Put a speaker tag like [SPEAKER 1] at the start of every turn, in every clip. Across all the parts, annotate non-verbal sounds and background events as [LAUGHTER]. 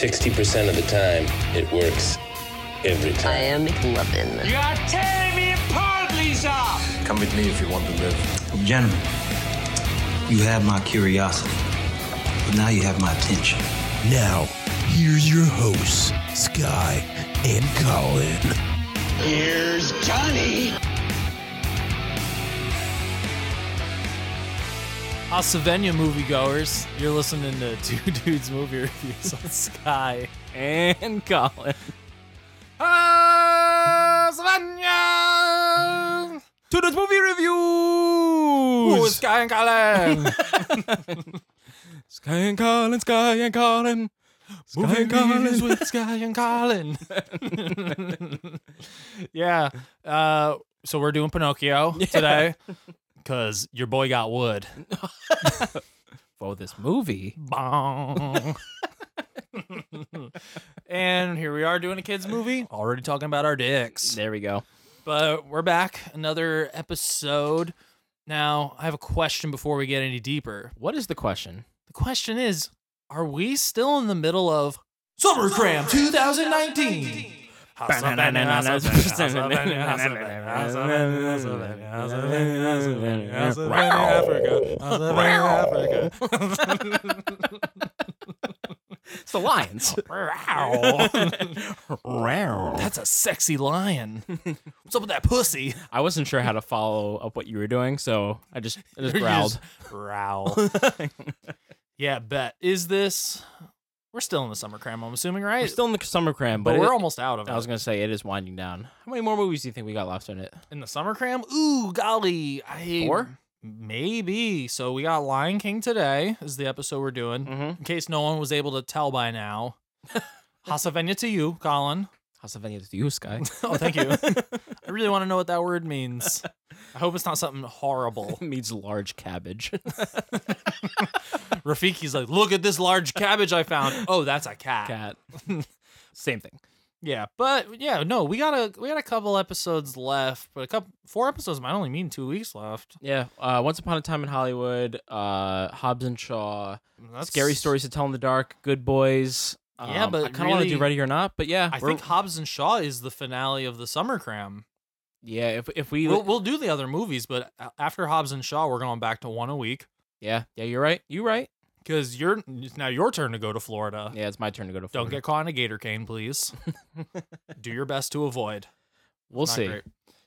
[SPEAKER 1] 60% of the time, it works every time.
[SPEAKER 2] I am McLovin.
[SPEAKER 3] You are tearing me apart, Lisa!
[SPEAKER 4] Gentlemen, you have my curiosity, but now you have my attention.
[SPEAKER 5] Now, here's your hosts, Sky and Colin.
[SPEAKER 6] Savenia moviegoers, you're listening to [LAUGHS] Two Dudes Movie Reviews on Sky and Colin. Savenia! Two Dudes Movie Reviews! Sky and Colin! [LAUGHS] Sky and Colin, Sky and Colin. Sky movie and Colin with Sky and Colin. [LAUGHS] yeah. Uh, so we're doing Pinocchio today because your boy got wood.
[SPEAKER 7] for this movie.
[SPEAKER 6] Bong. and here we are doing a kids movie. Already talking about our dicks.
[SPEAKER 7] There we go.
[SPEAKER 6] But we're back another episode. Now, I have a question before we get any deeper.
[SPEAKER 7] What is the question?
[SPEAKER 6] The question is, are we still in the middle of Summer Cram 2019?
[SPEAKER 7] It's the [LAUGHS] lions.
[SPEAKER 6] That's a sexy lion. What's up with that pussy?
[SPEAKER 7] I wasn't sure how to follow up what you were doing, so I just I just
[SPEAKER 6] [LAUGHS] You
[SPEAKER 7] growled.
[SPEAKER 6] just growl.
[SPEAKER 7] [LAUGHS]
[SPEAKER 6] yeah, bet. Is this? We're still in the summer cram. I'm assuming, right?
[SPEAKER 7] We're still in the summer cram,
[SPEAKER 6] but,
[SPEAKER 7] but, it-
[SPEAKER 6] we're almost out of it.
[SPEAKER 7] I was gonna say it is winding down. How many more movies do you think we got left in it?
[SPEAKER 6] in the summer cram. Ooh, golly, I
[SPEAKER 7] Four?
[SPEAKER 6] maybe. So we got Lion King today. Is the episode we're doing?
[SPEAKER 7] Mm-hmm.
[SPEAKER 6] In case no one was able to tell
[SPEAKER 7] [LAUGHS]
[SPEAKER 6] by now. Hasavenya to you, Colin.
[SPEAKER 7] How's the venue to you, Sky?
[SPEAKER 6] [LAUGHS] Oh,
[SPEAKER 7] [LAUGHS]
[SPEAKER 6] thank you. I really want to know what that word means. I hope it's not something horrible.
[SPEAKER 7] [LAUGHS] Means large cabbage.
[SPEAKER 6] Rafiki's like, look at this large cabbage
[SPEAKER 7] [LAUGHS]
[SPEAKER 6] I found. Oh, that's a
[SPEAKER 7] Cat.
[SPEAKER 6] [LAUGHS]
[SPEAKER 7] Same thing.
[SPEAKER 6] Yeah, but yeah, no, we got a we got a couple episodes left, but a couple four episodes might only mean two weeks left.
[SPEAKER 7] Yeah. Uh, Once upon a time in Hollywood. Uh, Hobbs and Shaw.
[SPEAKER 6] That's
[SPEAKER 7] Scary stories to tell in the dark. Good boys.
[SPEAKER 6] Yeah,
[SPEAKER 7] Um,
[SPEAKER 6] but
[SPEAKER 7] I kind of want to do
[SPEAKER 6] really-
[SPEAKER 7] Ready or Not, but yeah,
[SPEAKER 6] I
[SPEAKER 7] we're-
[SPEAKER 6] think Hobbs and Shaw is the finale of the summer cram.
[SPEAKER 7] yeah. If if we
[SPEAKER 6] We'll, we'll do the other movies, but a- after Hobbs and Shaw, we're going back to one a week
[SPEAKER 7] yeah yeah you're right you're right
[SPEAKER 6] because you're it's now your turn to go to Florida.
[SPEAKER 7] yeah it's my turn to go to
[SPEAKER 6] Don't
[SPEAKER 7] Florida.
[SPEAKER 6] get caught in a gator cane,
[SPEAKER 7] [LAUGHS]
[SPEAKER 6] please. do your best to avoid.
[SPEAKER 7] we'll
[SPEAKER 6] Not
[SPEAKER 7] see
[SPEAKER 6] great.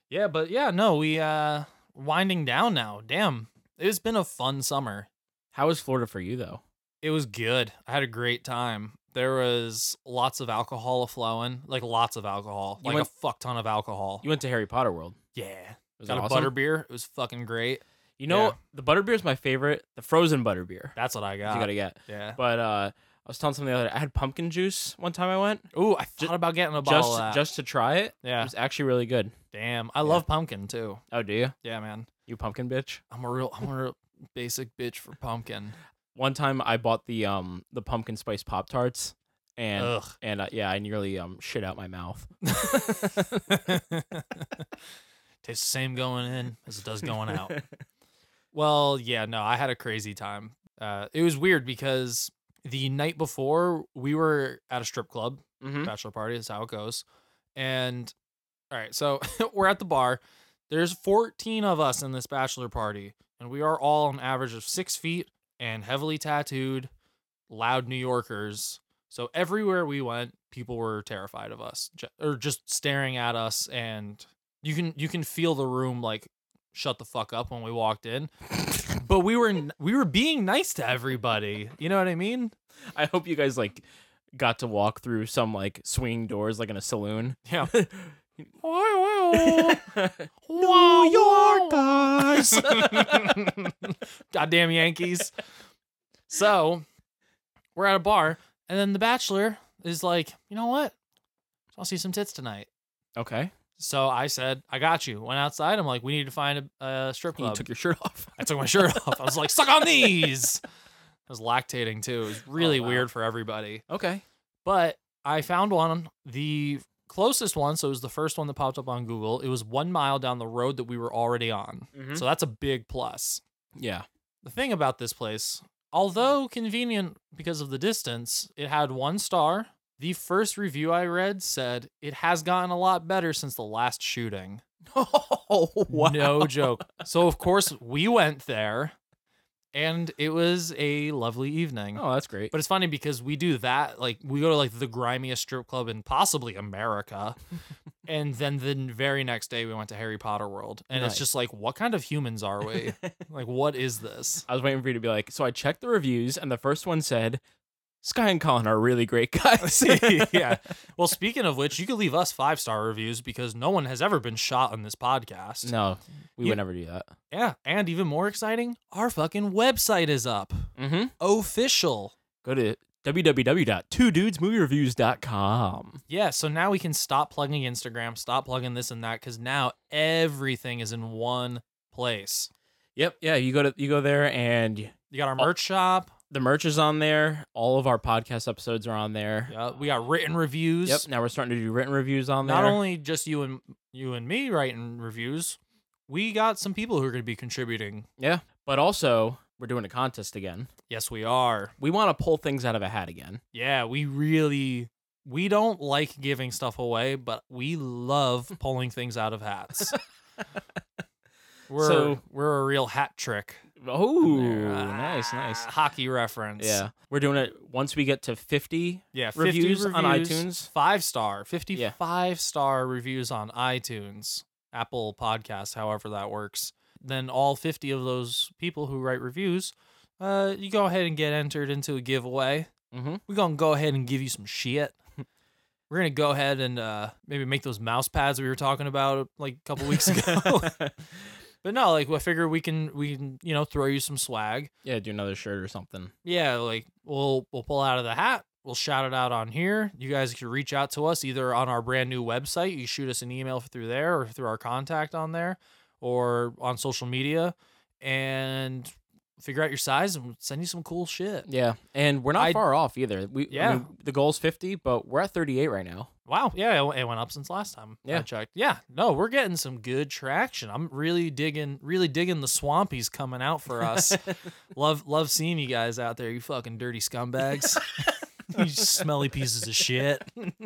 [SPEAKER 6] Yeah, but yeah, no, we uh winding down now. Damn, it's been a fun summer.
[SPEAKER 7] how is Florida for you though
[SPEAKER 6] It was good. I had a great time. There was lots of alcohol flowing, like lots of alcohol,
[SPEAKER 7] You
[SPEAKER 6] like
[SPEAKER 7] went-
[SPEAKER 6] a fuck ton of alcohol.
[SPEAKER 7] you went to Harry Potter World
[SPEAKER 6] yeah,
[SPEAKER 7] was
[SPEAKER 6] got
[SPEAKER 7] it
[SPEAKER 6] a
[SPEAKER 7] awesome?
[SPEAKER 6] butter beer. It was fucking great.
[SPEAKER 7] you know
[SPEAKER 6] Yeah.
[SPEAKER 7] the butter beer is my favorite the frozen butter beer
[SPEAKER 6] That's what I got.
[SPEAKER 7] you gotta get
[SPEAKER 6] yeah.
[SPEAKER 7] but uh I was telling somebody the other day I had pumpkin juice one time I went
[SPEAKER 6] Ooh, I thought
[SPEAKER 7] ju-
[SPEAKER 6] about getting a bottle of that.
[SPEAKER 7] just just to try it
[SPEAKER 6] Yeah.
[SPEAKER 7] it was actually really good
[SPEAKER 6] Damn, I love pumpkin too.
[SPEAKER 7] oh do you
[SPEAKER 6] Yeah, man.
[SPEAKER 7] you pumpkin bitch
[SPEAKER 6] I'm a real, I'm a real basic bitch for pumpkin.
[SPEAKER 7] one time I bought the um the pumpkin spice pop tarts and
[SPEAKER 6] Ugh.
[SPEAKER 7] and uh, yeah I nearly um shit out my mouth
[SPEAKER 6] [LAUGHS] Tastes the same going in as it does going out. well, yeah, no, I had a crazy time. Uh, it was weird because the night before we were at a strip club
[SPEAKER 7] mm-hmm.
[SPEAKER 6] bachelor party is how it goes. And all right, so [LAUGHS] we're at the bar. There's 14 of us in this bachelor party, and we are all an average of six feet and heavily tattooed, loud New Yorkers. So everywhere we went, people were terrified of us ju- or just staring at us, and you can you can feel the room like shut the fuck up when we walked in. but we were n- we were being nice to everybody. You know what I mean?
[SPEAKER 7] [LAUGHS] I hope you guys like got to walk through some like swinging doors like in a saloon. [LAUGHS]
[SPEAKER 6] Yeah.
[SPEAKER 7] New
[SPEAKER 6] [LAUGHS]
[SPEAKER 7] guys.
[SPEAKER 6] Goddamn Yankees. so we're at a bar And then the bachelor is like, you know what? I'll see some tits tonight.
[SPEAKER 7] Okay.
[SPEAKER 6] So I said, I got you. Went outside. I'm like, we need to find a, a strip
[SPEAKER 7] You
[SPEAKER 6] club.
[SPEAKER 7] took your shirt off. [LAUGHS]
[SPEAKER 6] I took my shirt off. I was like, suck on these. I was lactating too. It was really
[SPEAKER 7] Oh, wow.
[SPEAKER 6] weird for everybody.
[SPEAKER 7] Okay.
[SPEAKER 6] But I found one, the closest one. So it was the first one that popped up on Google. It was one mile down the road that we were already on.
[SPEAKER 7] Mhm.
[SPEAKER 6] So that's a big plus.
[SPEAKER 7] Yeah.
[SPEAKER 6] The thing about this place, although convenient because of the distance, it had one star. The first review I read said it has gotten a lot better since the last shooting.
[SPEAKER 7] [LAUGHS] Oh wow.
[SPEAKER 6] No joke. So of course we went there and it was a lovely evening.
[SPEAKER 7] Oh, that's great.
[SPEAKER 6] But it's funny because we do that, like we go to like the grimiest strip club in
[SPEAKER 7] [LAUGHS]
[SPEAKER 6] possibly America. and then the very next day we went to Harry Potter World. And
[SPEAKER 7] Nice.
[SPEAKER 6] it's just like, what kind of humans
[SPEAKER 7] [LAUGHS]
[SPEAKER 6] are we? like what is this?
[SPEAKER 7] I was waiting for you to be like, so I checked the reviews, and the first one said, Sky and Colin are really great [LAUGHS] guys.
[SPEAKER 6] yeah. Well, speaking of which, you could leave us five star reviews because no one has ever been shot on this podcast.
[SPEAKER 7] No, we
[SPEAKER 6] You-
[SPEAKER 7] would never do that.
[SPEAKER 6] Yeah. And even more exciting, our fucking website is up.
[SPEAKER 7] Mm-hmm.
[SPEAKER 6] Official.
[SPEAKER 7] Go to www.twodudesmoviereviews.com.
[SPEAKER 6] Yeah. So now we can stop plugging Instagram, stop plugging this and that, because now everything is in one place.
[SPEAKER 7] Yep. Yeah. You go to you go there, and
[SPEAKER 6] You got our
[SPEAKER 7] Oh.
[SPEAKER 6] merch shop.
[SPEAKER 7] the merch is on there. All of our podcast episodes are on there.
[SPEAKER 6] Yeah. We got written reviews.
[SPEAKER 7] Yep. Now we're starting to do written reviews on there.
[SPEAKER 6] Not only just you and you and me writing reviews, we got some people who are going to be contributing.
[SPEAKER 7] yeah, but also we're doing a contest again.
[SPEAKER 6] Yes, we are.
[SPEAKER 7] We want to pull things out of a hat again.
[SPEAKER 6] Yeah, we really we don't like giving stuff away, but
[SPEAKER 7] [LAUGHS]
[SPEAKER 6] we love pulling things out of hats. we're
[SPEAKER 7] So-
[SPEAKER 6] we're a real hat trick.
[SPEAKER 7] Oh,
[SPEAKER 6] there.
[SPEAKER 7] nice, nice.
[SPEAKER 6] Ah, Hockey reference.
[SPEAKER 7] Yeah, we're doing it once we get to fifty.
[SPEAKER 6] Yeah, 50
[SPEAKER 7] Reviews on
[SPEAKER 6] reviews,
[SPEAKER 7] iTunes?
[SPEAKER 6] Five star. 55
[SPEAKER 7] Yeah.
[SPEAKER 6] star reviews on iTunes, Apple Podcasts, however that works. Then all 50 of those people who write reviews, uh, you go ahead and get entered into a giveaway. [LAUGHS]
[SPEAKER 7] Mm-hmm.
[SPEAKER 6] we're gonna go ahead and give you
[SPEAKER 7] [LAUGHS]
[SPEAKER 6] some shit. We're gonna go ahead and uh, maybe make those mouse pads we were talking about like a
[SPEAKER 7] [LAUGHS]
[SPEAKER 6] couple weeks ago. [LAUGHS] but no, like I figure we can we can you know throw you some swag.
[SPEAKER 7] Yeah, do another shirt or something.
[SPEAKER 6] Yeah, like we'll we'll pull out of the hat. We'll shout it out on here. You guys can reach out to us either on our brand new website. You shoot us an email through there or through our contact on there or on social media and figure out your size and we'll send you some cool shit.
[SPEAKER 7] Yeah, and we're not
[SPEAKER 6] I-
[SPEAKER 7] far off either. We I
[SPEAKER 6] Yeah.
[SPEAKER 7] mean, the goal's fifty, but we're at thirty-eight right
[SPEAKER 6] [LAUGHS]
[SPEAKER 7] now. [LAUGHS]
[SPEAKER 6] Wow. Yeah, it w- it went up since last time I
[SPEAKER 7] Yeah.
[SPEAKER 6] checked. Yeah. No, we're getting some good traction. I'm really digging, really digging the swampies coming out
[SPEAKER 7] [LAUGHS]
[SPEAKER 6] for us. love, love seeing you guys out there. You fucking dirty [LAUGHS] scumbags. you smelly pieces of shit. [LAUGHS]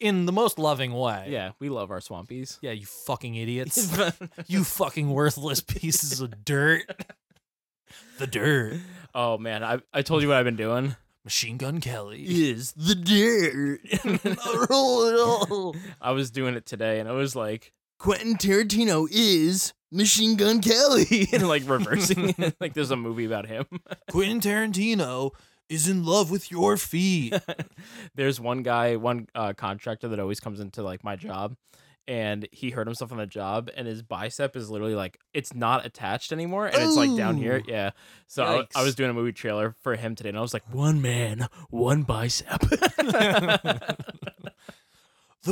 [SPEAKER 6] In the most loving way.
[SPEAKER 7] Yeah, we love our swampies.
[SPEAKER 6] Yeah. You
[SPEAKER 7] [LAUGHS]
[SPEAKER 6] fucking idiots. [LAUGHS] you fucking worthless pieces of dirt. The dirt.
[SPEAKER 7] oh man, I I told you what I've been doing.
[SPEAKER 6] Machine Gun Kelly.
[SPEAKER 7] Is the
[SPEAKER 5] [LAUGHS]
[SPEAKER 7] dirt. I was doing it today, and it was like [LAUGHS] Quentin Tarantino is Machine Gun Kelly, and like reversing
[SPEAKER 6] [LAUGHS]
[SPEAKER 7] it. Like there's a movie about him.
[SPEAKER 6] Quentin Tarantino is in love with your [LAUGHS] feet.
[SPEAKER 7] there's one guy, one uh, contractor that always comes into like my job, and he hurt himself on the job, and his bicep is literally like it's not attached anymore, and it's like down here.
[SPEAKER 6] Ooh.
[SPEAKER 7] Yeah. So I, I
[SPEAKER 6] Yikes.
[SPEAKER 7] was doing a movie trailer for him today, and I was like, one man, one bicep. [LAUGHS]
[SPEAKER 6] the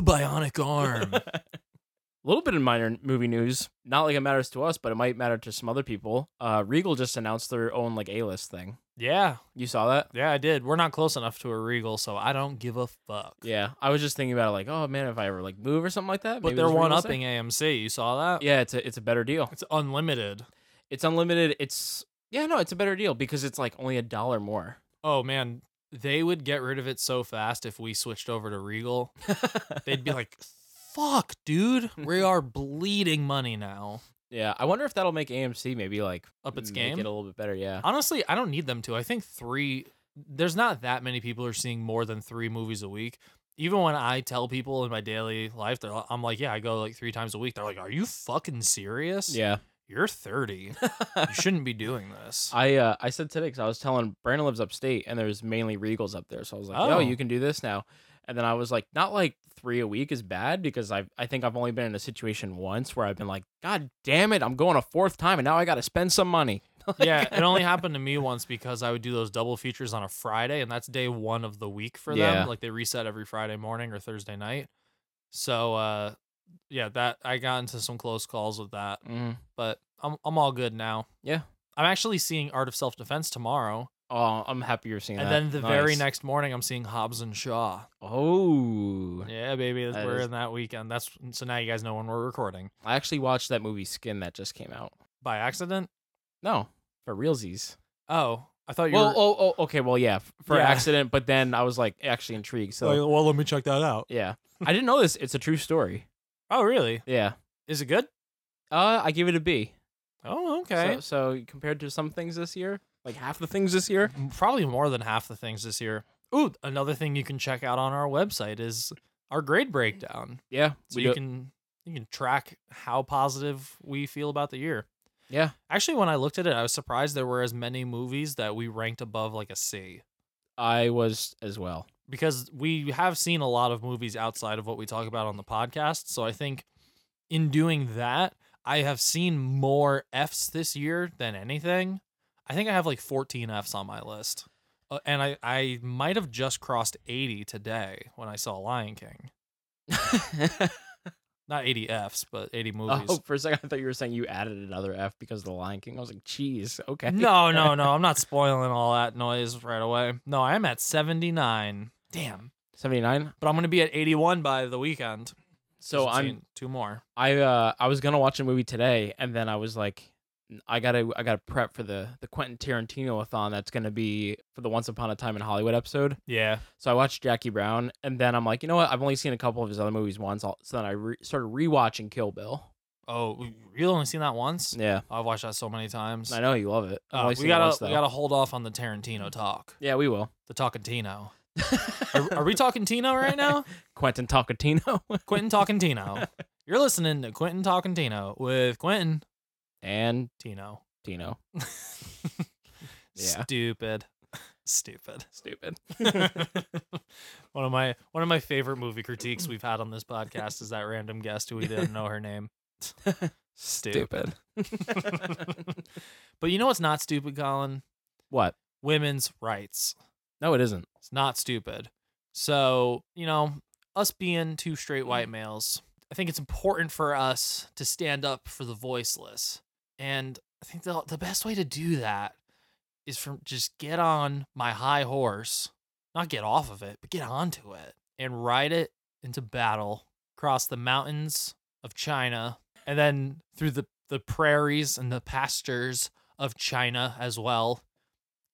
[SPEAKER 6] bionic arm.
[SPEAKER 7] A little bit in minor movie news. Not like it matters to us, but it might matter to some other people. Uh, Regal just announced their own like A list thing.
[SPEAKER 6] [LAUGHS] yeah,
[SPEAKER 7] You saw that?
[SPEAKER 6] yeah, I did. We're not close enough to a regal, so I don't give a fuck.
[SPEAKER 7] Yeah. I was just thinking about it, like, oh man, if I ever like move or something like that.
[SPEAKER 6] but
[SPEAKER 7] maybe
[SPEAKER 6] they're
[SPEAKER 7] there's Regal
[SPEAKER 6] one
[SPEAKER 7] stuff.
[SPEAKER 6] upping AMC. You saw that?
[SPEAKER 7] Yeah, it's a it's a better deal.
[SPEAKER 6] It's unlimited.
[SPEAKER 7] It's unlimited. It's yeah, no, it's a better deal because it's like only a dollar more. [LAUGHS]
[SPEAKER 6] Oh man, they would get rid of it so fast if we switched over to regal. They'd be like, [LAUGHS] "Fuck, dude, we are bleeding money now."
[SPEAKER 7] Yeah. I wonder if that'll make AMC maybe like
[SPEAKER 6] Up its
[SPEAKER 7] make
[SPEAKER 6] game?
[SPEAKER 7] it a little bit better. Yeah.
[SPEAKER 6] Honestly, I don't need them to. I think three. There's not that many people who are seeing more than three movies a week. Even when I tell people in my daily life, they're, I'm like, yeah, I go like three times a week. They're like, are you fucking serious?
[SPEAKER 7] Yeah.
[SPEAKER 6] You're 30. you shouldn't be doing this.
[SPEAKER 7] [LAUGHS] I uh, I said today because I was telling Brandon lives upstate and there's mainly regals up there, so I was like, oh,
[SPEAKER 6] Oh.
[SPEAKER 7] you can do this now. And then I was like, not like three a week is bad because I I think I've only been in a situation once where I've been like, God damn it, I'm going a fourth time and now I got to spend some money.
[SPEAKER 6] yeah, it only happened to me once because I would do those double features on a Friday, and that's day one of the week for
[SPEAKER 7] Yeah.
[SPEAKER 6] them. Like they reset every Friday morning or Thursday night. So uh yeah, that I got into some close calls with that,
[SPEAKER 7] Mm.
[SPEAKER 6] but I'm I'm all good now.
[SPEAKER 7] Yeah.
[SPEAKER 6] I'm actually seeing Art of Self Defense tomorrow,
[SPEAKER 7] Oh, I'm happy you're seeing
[SPEAKER 6] and
[SPEAKER 7] that.
[SPEAKER 6] then the very
[SPEAKER 7] Nice.
[SPEAKER 6] next morning I'm seeing Hobbs and Shaw.
[SPEAKER 7] Oh,
[SPEAKER 6] Yeah, baby, that's-
[SPEAKER 7] That
[SPEAKER 6] we're
[SPEAKER 7] is-
[SPEAKER 6] in that weekend. That's so now you guys know when we're recording
[SPEAKER 7] I actually watched that movie Skin that just came out.
[SPEAKER 6] by accident.
[SPEAKER 7] No, for realsies.
[SPEAKER 6] Oh, I thought you
[SPEAKER 7] Well,
[SPEAKER 6] were.
[SPEAKER 7] oh, oh, okay. Well, yeah, f- for
[SPEAKER 6] Yeah.
[SPEAKER 7] accident. But then I was like actually intrigued. So
[SPEAKER 6] well, let me check that out. [LAUGHS]
[SPEAKER 7] yeah, I didn't know this. It's a true story.
[SPEAKER 6] Oh, really?
[SPEAKER 7] Yeah.
[SPEAKER 6] Is it good?
[SPEAKER 7] Uh, I give it a B.
[SPEAKER 6] Oh, okay.
[SPEAKER 7] So, so compared to some things this year, like half the things this year.
[SPEAKER 6] M- Probably more than half the things this year. Ooh, another thing you can check out on our website is our grade breakdown,
[SPEAKER 7] Yeah.
[SPEAKER 6] so
[SPEAKER 7] we
[SPEAKER 6] you
[SPEAKER 7] do-
[SPEAKER 6] can you can track how positive we feel about the year.
[SPEAKER 7] Yeah.
[SPEAKER 6] Actually, when I looked at it, I was surprised there were as many movies that we ranked above like a C
[SPEAKER 7] I was as
[SPEAKER 6] [LAUGHS]
[SPEAKER 7] well.
[SPEAKER 6] because we have seen a lot of movies outside of what we talk about on the podcast. So I think in doing that, I have seen more Fs this year than anything. I think I have like 14 Fs on my list. Uh, and I, I might have just crossed 80 today when I saw Lion King. Not 80 Fs, but 80 movies.
[SPEAKER 7] oh, for a second, I thought you were saying you added another F because of the Lion King. I was like, geez, okay.
[SPEAKER 6] No, no, no. I'm not spoiling all that noise right away. No, I'm at 79. Damn.
[SPEAKER 7] 79.
[SPEAKER 6] But I'm going to be at 81 by the weekend.
[SPEAKER 7] So
[SPEAKER 6] I've
[SPEAKER 7] I'm
[SPEAKER 6] seen two more.
[SPEAKER 7] I uh I was gonna watch a movie today, and then I was like, I gotta I gotta prep for the the Quentin Tarantino athon that's gonna be for the Once Upon a Time in Hollywood episode.
[SPEAKER 6] Yeah.
[SPEAKER 7] So I watched Jackie Brown, and then I'm like, you know what? I've only seen a couple of his other movies once. I'll- So then I re- started rewatching Kill Bill.
[SPEAKER 6] Oh, you only seen that once?
[SPEAKER 7] Yeah,
[SPEAKER 6] I've watched that so many times.
[SPEAKER 7] Mm. I know you love it. I've
[SPEAKER 6] Uh,
[SPEAKER 7] only
[SPEAKER 6] we
[SPEAKER 7] seen it
[SPEAKER 6] gotta
[SPEAKER 7] once,
[SPEAKER 6] we
[SPEAKER 7] though.
[SPEAKER 6] gotta hold off on the Tarantino talk.
[SPEAKER 7] Yeah, we will. [LAUGHS]
[SPEAKER 6] The Talkantino. are, are we talking Tino right now?
[SPEAKER 7] Quentin Tarantino [LAUGHS]
[SPEAKER 6] Quentin Talkantino. You're listening to Quentin Talkantino with Quentin
[SPEAKER 7] and [LAUGHS]
[SPEAKER 6] Tino.
[SPEAKER 7] Tino. Yeah.
[SPEAKER 6] Stupid. Stupid.
[SPEAKER 7] [LAUGHS]
[SPEAKER 6] [LAUGHS]
[SPEAKER 7] Stupid.
[SPEAKER 6] one of my one of my favorite movie critiques we've had on this podcast is that random guest who we didn't know
[SPEAKER 7] [LAUGHS]
[SPEAKER 6] her name. Stupid. [LAUGHS] but you know what's not stupid, Colin?
[SPEAKER 7] What?
[SPEAKER 6] Women's rights.
[SPEAKER 7] No, it isn't.
[SPEAKER 6] It's not stupid. So, you know, us being two straight white males, I think it's important for us to stand up for the voiceless. And I think the, the best way to do that is from just get on my high horse, not get off of it, but get onto it and ride it into battle across the mountains of China and then through the, the prairies and the pastures of China as well.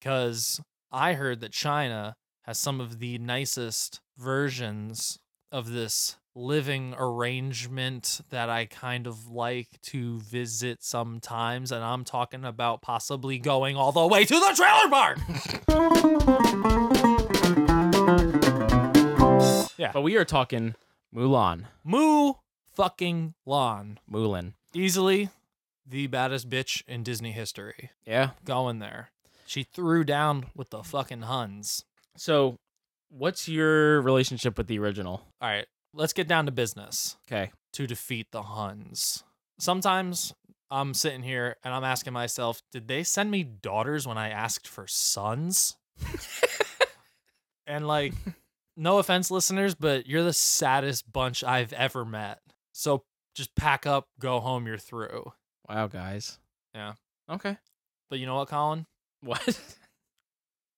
[SPEAKER 6] Because I heard that China has some of the nicest versions of this living arrangement that I kind of like to visit sometimes. And I'm talking about possibly going all the way to the trailer park.
[SPEAKER 7] But we are talking Mulan.
[SPEAKER 6] Moo fucking lawn.
[SPEAKER 7] Mulan.
[SPEAKER 6] Easily the baddest bitch in Disney history.
[SPEAKER 7] Yeah.
[SPEAKER 6] Going there. She threw down with the fucking Huns.
[SPEAKER 7] So, what's your relationship with the original?
[SPEAKER 6] All right, let's get down to business.
[SPEAKER 7] Okay.
[SPEAKER 6] to defeat the Huns. Sometimes I'm sitting here and I'm asking myself, did they send me daughters when I asked for sons? and like, no offense, listeners, but you're the saddest bunch I've ever met. So just pack up, go home, you're through.
[SPEAKER 7] Wow, guys.
[SPEAKER 6] Yeah.
[SPEAKER 7] Okay. [LAUGHS]
[SPEAKER 6] But you know what, Colin?
[SPEAKER 7] What?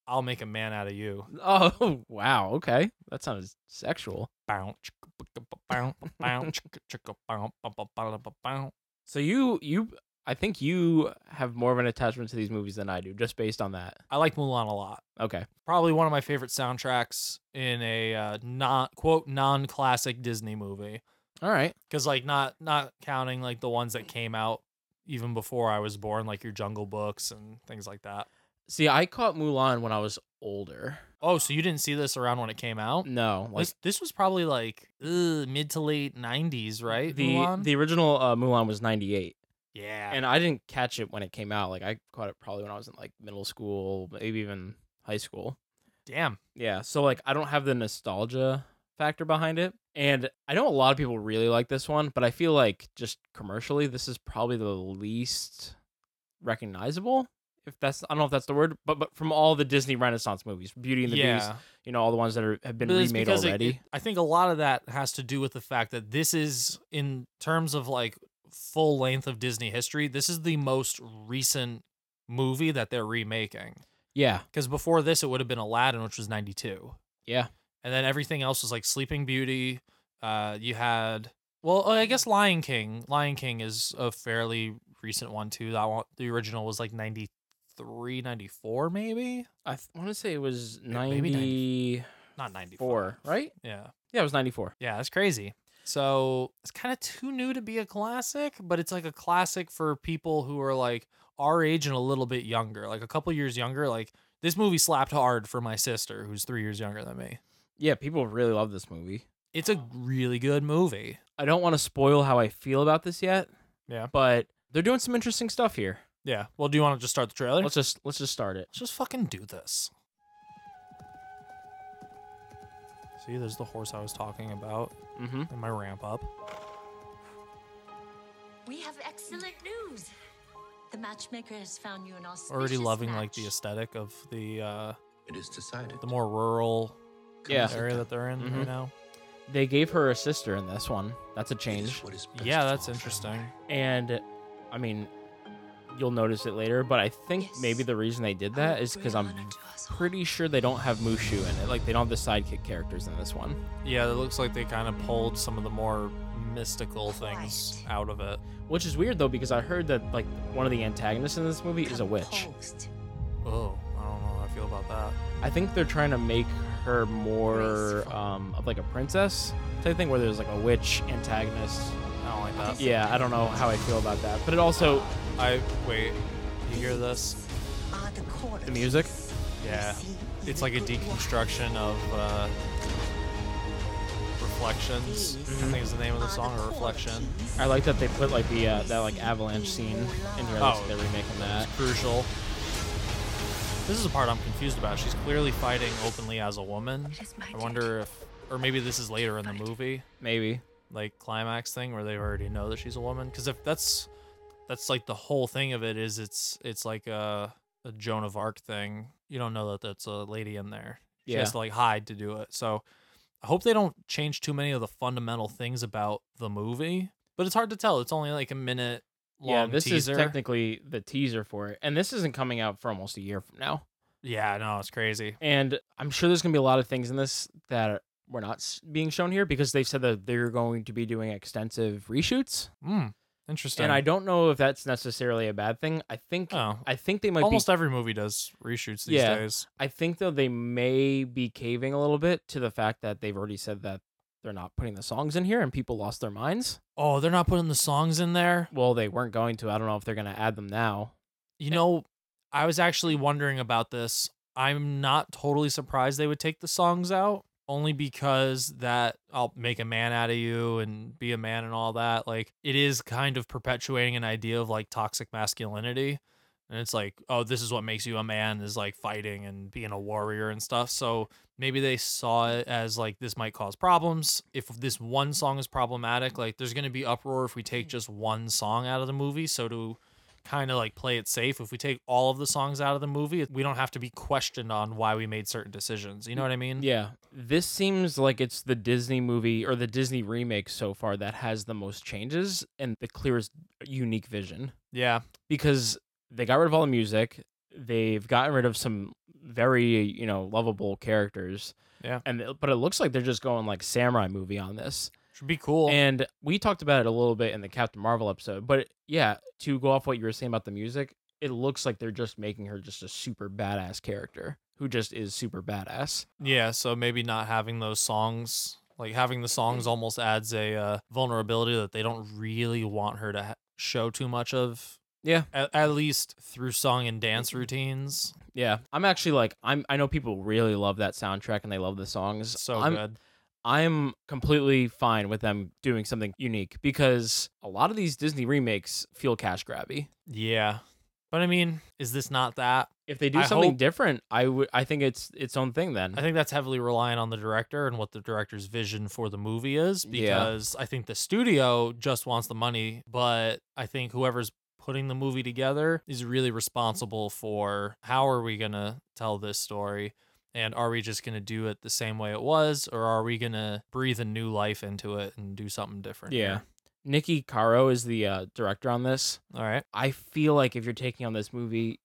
[SPEAKER 6] I'll make a man out of you.
[SPEAKER 7] Oh, wow. Okay. That sounds sexual.
[SPEAKER 6] Bow, chicka, bicka, bow, bow, chicka, chicka, bow, bow, bow, bow, bow, bow.
[SPEAKER 7] [LAUGHS] So you you I think you have more of an attachment to these movies than I do just based on that.
[SPEAKER 6] I like Mulan a lot.
[SPEAKER 7] Okay.
[SPEAKER 6] probably one of my favorite soundtracks in a uh, not quote non classic Disney movie
[SPEAKER 7] All right.
[SPEAKER 6] because like not not counting like the ones that came out even before I was born, like your Jungle Books and things like that.
[SPEAKER 7] See, I caught Mulan when I was older.
[SPEAKER 6] Oh, so you didn't see this around when it came out?
[SPEAKER 7] No, like
[SPEAKER 6] this this was probably like ugh, mid to late '90s, right?
[SPEAKER 7] the
[SPEAKER 6] Mulan?
[SPEAKER 7] the original uh, Mulan was 98
[SPEAKER 6] yeah,
[SPEAKER 7] and I didn't catch it when it came out. Like I caught it probably when I was in like middle school, maybe even high school.
[SPEAKER 6] damn,
[SPEAKER 7] Yeah, so like I don't have the nostalgia factor behind it. And I know a lot of people really like this one, but I feel like just commercially this is probably the least recognizable. if that's I don't know if that's the word, but but from all the Disney Renaissance movies, Beauty and the
[SPEAKER 6] yeah.
[SPEAKER 7] Beast, you know, all the ones that are, have been
[SPEAKER 6] But it's
[SPEAKER 7] remade
[SPEAKER 6] because it-
[SPEAKER 7] already.
[SPEAKER 6] it- I think a lot of that has to do with the fact that this is, in terms of like full length of Disney history, this is the most recent movie that they're remaking.
[SPEAKER 7] yeah,
[SPEAKER 6] Because before this, it would have been Aladdin, which was '92,
[SPEAKER 7] yeah.
[SPEAKER 6] and then everything else was like Sleeping Beauty. Uh, you had well, I guess Lion King. Lion King is a fairly recent one too. That one, the original was like 93, 94 maybe,
[SPEAKER 7] I want to say it was
[SPEAKER 6] Yeah, maybe
[SPEAKER 7] 94,
[SPEAKER 6] not 94.
[SPEAKER 7] right?
[SPEAKER 6] Yeah.
[SPEAKER 7] Yeah, it was 94.
[SPEAKER 6] Yeah, that's crazy. So it's kind of too new to be a classic, but it's like a classic for people who are like our age and a little bit younger, like a couple years younger. Like this movie slapped hard for my sister, who's three years younger than me.
[SPEAKER 7] Yeah, people really love this movie.
[SPEAKER 6] It's a really good movie.
[SPEAKER 7] I don't want to spoil how I feel about this yet.
[SPEAKER 6] Yeah.
[SPEAKER 7] But they're doing some interesting stuff here.
[SPEAKER 6] Yeah. Well, do you want to just start the trailer?
[SPEAKER 7] Let's just let's just start it.
[SPEAKER 6] Let's just fucking do this. See, there's the horse I was talking about
[SPEAKER 7] Mhm.
[SPEAKER 6] in my ramp up.
[SPEAKER 2] We have excellent news. The matchmaker has found you an auspicious
[SPEAKER 6] Already loving like
[SPEAKER 2] match.
[SPEAKER 6] the aesthetic of the uh
[SPEAKER 4] It is decided.
[SPEAKER 6] the more rural
[SPEAKER 7] Yeah.
[SPEAKER 6] area that they're in
[SPEAKER 7] Mhm.
[SPEAKER 6] right now.
[SPEAKER 7] They gave her a sister in this one. That's a
[SPEAKER 4] It is
[SPEAKER 7] change.
[SPEAKER 4] what is best
[SPEAKER 6] Yeah,
[SPEAKER 4] for
[SPEAKER 6] that's
[SPEAKER 4] our
[SPEAKER 6] interesting.
[SPEAKER 4] family.
[SPEAKER 7] And I mean, you'll notice it later, but I think
[SPEAKER 2] Yes.
[SPEAKER 7] maybe the reason they did that is because I'm pretty sure they don't have Mushu in it. Like they don't have the sidekick characters in this one.
[SPEAKER 6] Yeah, it looks like they kind of pulled some of the more mystical things
[SPEAKER 2] Christ.
[SPEAKER 6] out of it.
[SPEAKER 7] Which is weird though, because I heard that like one of the antagonists in this movie is a witch.
[SPEAKER 2] Composed.
[SPEAKER 6] Oh, I don't know how I feel about that.
[SPEAKER 7] I think they're trying to make her more
[SPEAKER 2] Graceful.
[SPEAKER 7] um, of like a princess type thing, where there's like a witch antagonist.
[SPEAKER 6] I don't like that.
[SPEAKER 7] Yeah, I don't know how I feel about that, but it also
[SPEAKER 6] I wait. You hear this?
[SPEAKER 2] Are the quarters.
[SPEAKER 7] the music.
[SPEAKER 6] Yeah. It's like a deconstruction of uh, reflections. I think is the name of Ah, the song, or reflection.
[SPEAKER 7] I like that they put like the uh, that like avalanche scene in here. Like,
[SPEAKER 6] Oh.
[SPEAKER 7] they're remaking that.
[SPEAKER 6] Crucial. This is a part I'm confused about. She's clearly fighting openly as a woman.
[SPEAKER 2] is my
[SPEAKER 6] I wonder if, or maybe this is later in the movie.
[SPEAKER 7] Maybe.
[SPEAKER 6] like climax thing where they already know that she's a woman because if that's that's like the whole thing of it is it's it's like a, a joan of arc thing you don't know that that's a lady in there she
[SPEAKER 7] Yeah.
[SPEAKER 6] has to like hide to do it so i hope they don't change too many of the fundamental things about the movie but it's hard to tell it's only like a minute long
[SPEAKER 7] yeah, this
[SPEAKER 6] teaser
[SPEAKER 7] is technically the teaser for it, and this isn't coming out for almost a year from now.
[SPEAKER 6] yeah no it's crazy
[SPEAKER 7] And I'm sure there's gonna be a lot of things in this that were not s- being shown here because they've said that they're going to be doing extensive reshoots.
[SPEAKER 6] mm, interesting
[SPEAKER 7] And I don't know if that's necessarily a bad thing. I think
[SPEAKER 6] oh
[SPEAKER 7] I think they might
[SPEAKER 6] almost
[SPEAKER 7] be.
[SPEAKER 6] every movie does reshoots these
[SPEAKER 7] Yeah.
[SPEAKER 6] days
[SPEAKER 7] I think though they may be caving a little bit to the fact that they've already said that they're not putting the songs in here, and people lost their minds.
[SPEAKER 6] oh they're not putting the songs in there
[SPEAKER 7] Well, they weren't going to. I don't know if they're gonna add them now.
[SPEAKER 6] You
[SPEAKER 7] Eh.
[SPEAKER 6] know, I was actually wondering about this. I'm not totally surprised they would take the songs out, only because that I'll make a man out of you and be a man and all that. Like, it is kind of perpetuating an idea of like toxic masculinity. And it's like, oh, this is what makes you a man is like fighting and being a warrior and stuff. So maybe they saw it as like this might cause problems. If this one song is problematic, like there's going to be uproar if we take just one song out of the movie. So to kind of like play it safe. If we take all of the songs out of the movie, we don't have to be questioned on why we made certain decisions. You know what I mean?
[SPEAKER 7] Mm-hmm. Yeah. This seems like it's the Disney movie or the Disney remake so far that has the most changes and the clearest unique vision
[SPEAKER 6] Yeah.
[SPEAKER 7] because they got rid of all the music. They've gotten rid of some very, you know, lovable characters.
[SPEAKER 6] Yeah.
[SPEAKER 7] And it- but it looks like they're just going like samurai movie on this.
[SPEAKER 6] Should be cool.
[SPEAKER 7] And we talked about it a little bit in the Captain Marvel episode, but yeah, to go off what you were saying about the music, it looks like they're just making her just a super badass character who just is super badass.
[SPEAKER 6] yeah, so maybe not having those songs, like having the songs almost adds a uh, vulnerability that they don't really want her to ha- show too much of.
[SPEAKER 7] Yeah.
[SPEAKER 6] At, at least through song and dance routines.
[SPEAKER 7] Yeah, I'm actually like I'm. I know people really love that soundtrack and they love the songs.
[SPEAKER 6] So
[SPEAKER 7] I'm,
[SPEAKER 6] good.
[SPEAKER 7] I'm completely fine with them doing something unique because a lot of these Disney remakes feel cash grabby.
[SPEAKER 6] Yeah. But I mean, is this not that?
[SPEAKER 7] If they do
[SPEAKER 6] I
[SPEAKER 7] something
[SPEAKER 6] hope-
[SPEAKER 7] different, I would. I think it's its own thing. Then
[SPEAKER 6] I think that's heavily reliant on the director and what the director's vision for the movie is
[SPEAKER 7] Yeah.
[SPEAKER 6] because I think the studio just wants the money, but I think whoever's putting the movie together is really responsible for how are we going to tell this story and are we just going to do it the same way it was or are we going to breathe a new life into it and do something different?
[SPEAKER 7] Yeah. Nikki Caro is the uh, director on this.
[SPEAKER 6] All right.
[SPEAKER 7] I feel like if you're taking on this movie,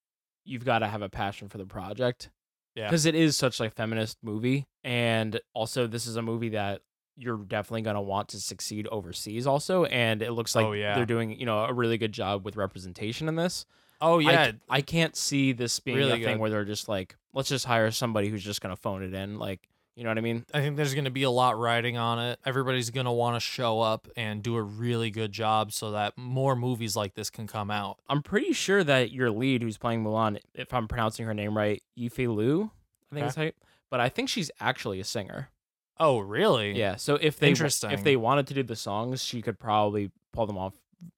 [SPEAKER 7] you've got to have a passion for the project.
[SPEAKER 6] Yeah.
[SPEAKER 7] Because it is such a feminist movie. And also, this is a movie that you're definitely going to want to succeed overseas, also. And it looks like
[SPEAKER 6] Oh, yeah.
[SPEAKER 7] they're doing, you know, a really good job with representation in this.
[SPEAKER 6] Oh
[SPEAKER 7] I-
[SPEAKER 6] yeah.
[SPEAKER 7] I, can't see this being
[SPEAKER 6] Really
[SPEAKER 7] a thing
[SPEAKER 6] good.
[SPEAKER 7] where they're just like, let's just hire somebody who's just going to phone it in. Like, you know what I mean?
[SPEAKER 6] I think there's going to be a lot riding on it. Everybody's going to want to show up and do a really good job so that more movies like this can come out.
[SPEAKER 7] I'm pretty sure that your lead, who's playing Mulan, if I'm pronouncing her name right, Yifei Lu, I think
[SPEAKER 6] Okay.
[SPEAKER 7] is how you- but I think she's actually a singer.
[SPEAKER 6] Oh, really?
[SPEAKER 7] Yeah. So if they
[SPEAKER 6] Interesting.
[SPEAKER 7] if they wanted to do the songs, she could probably pull them off,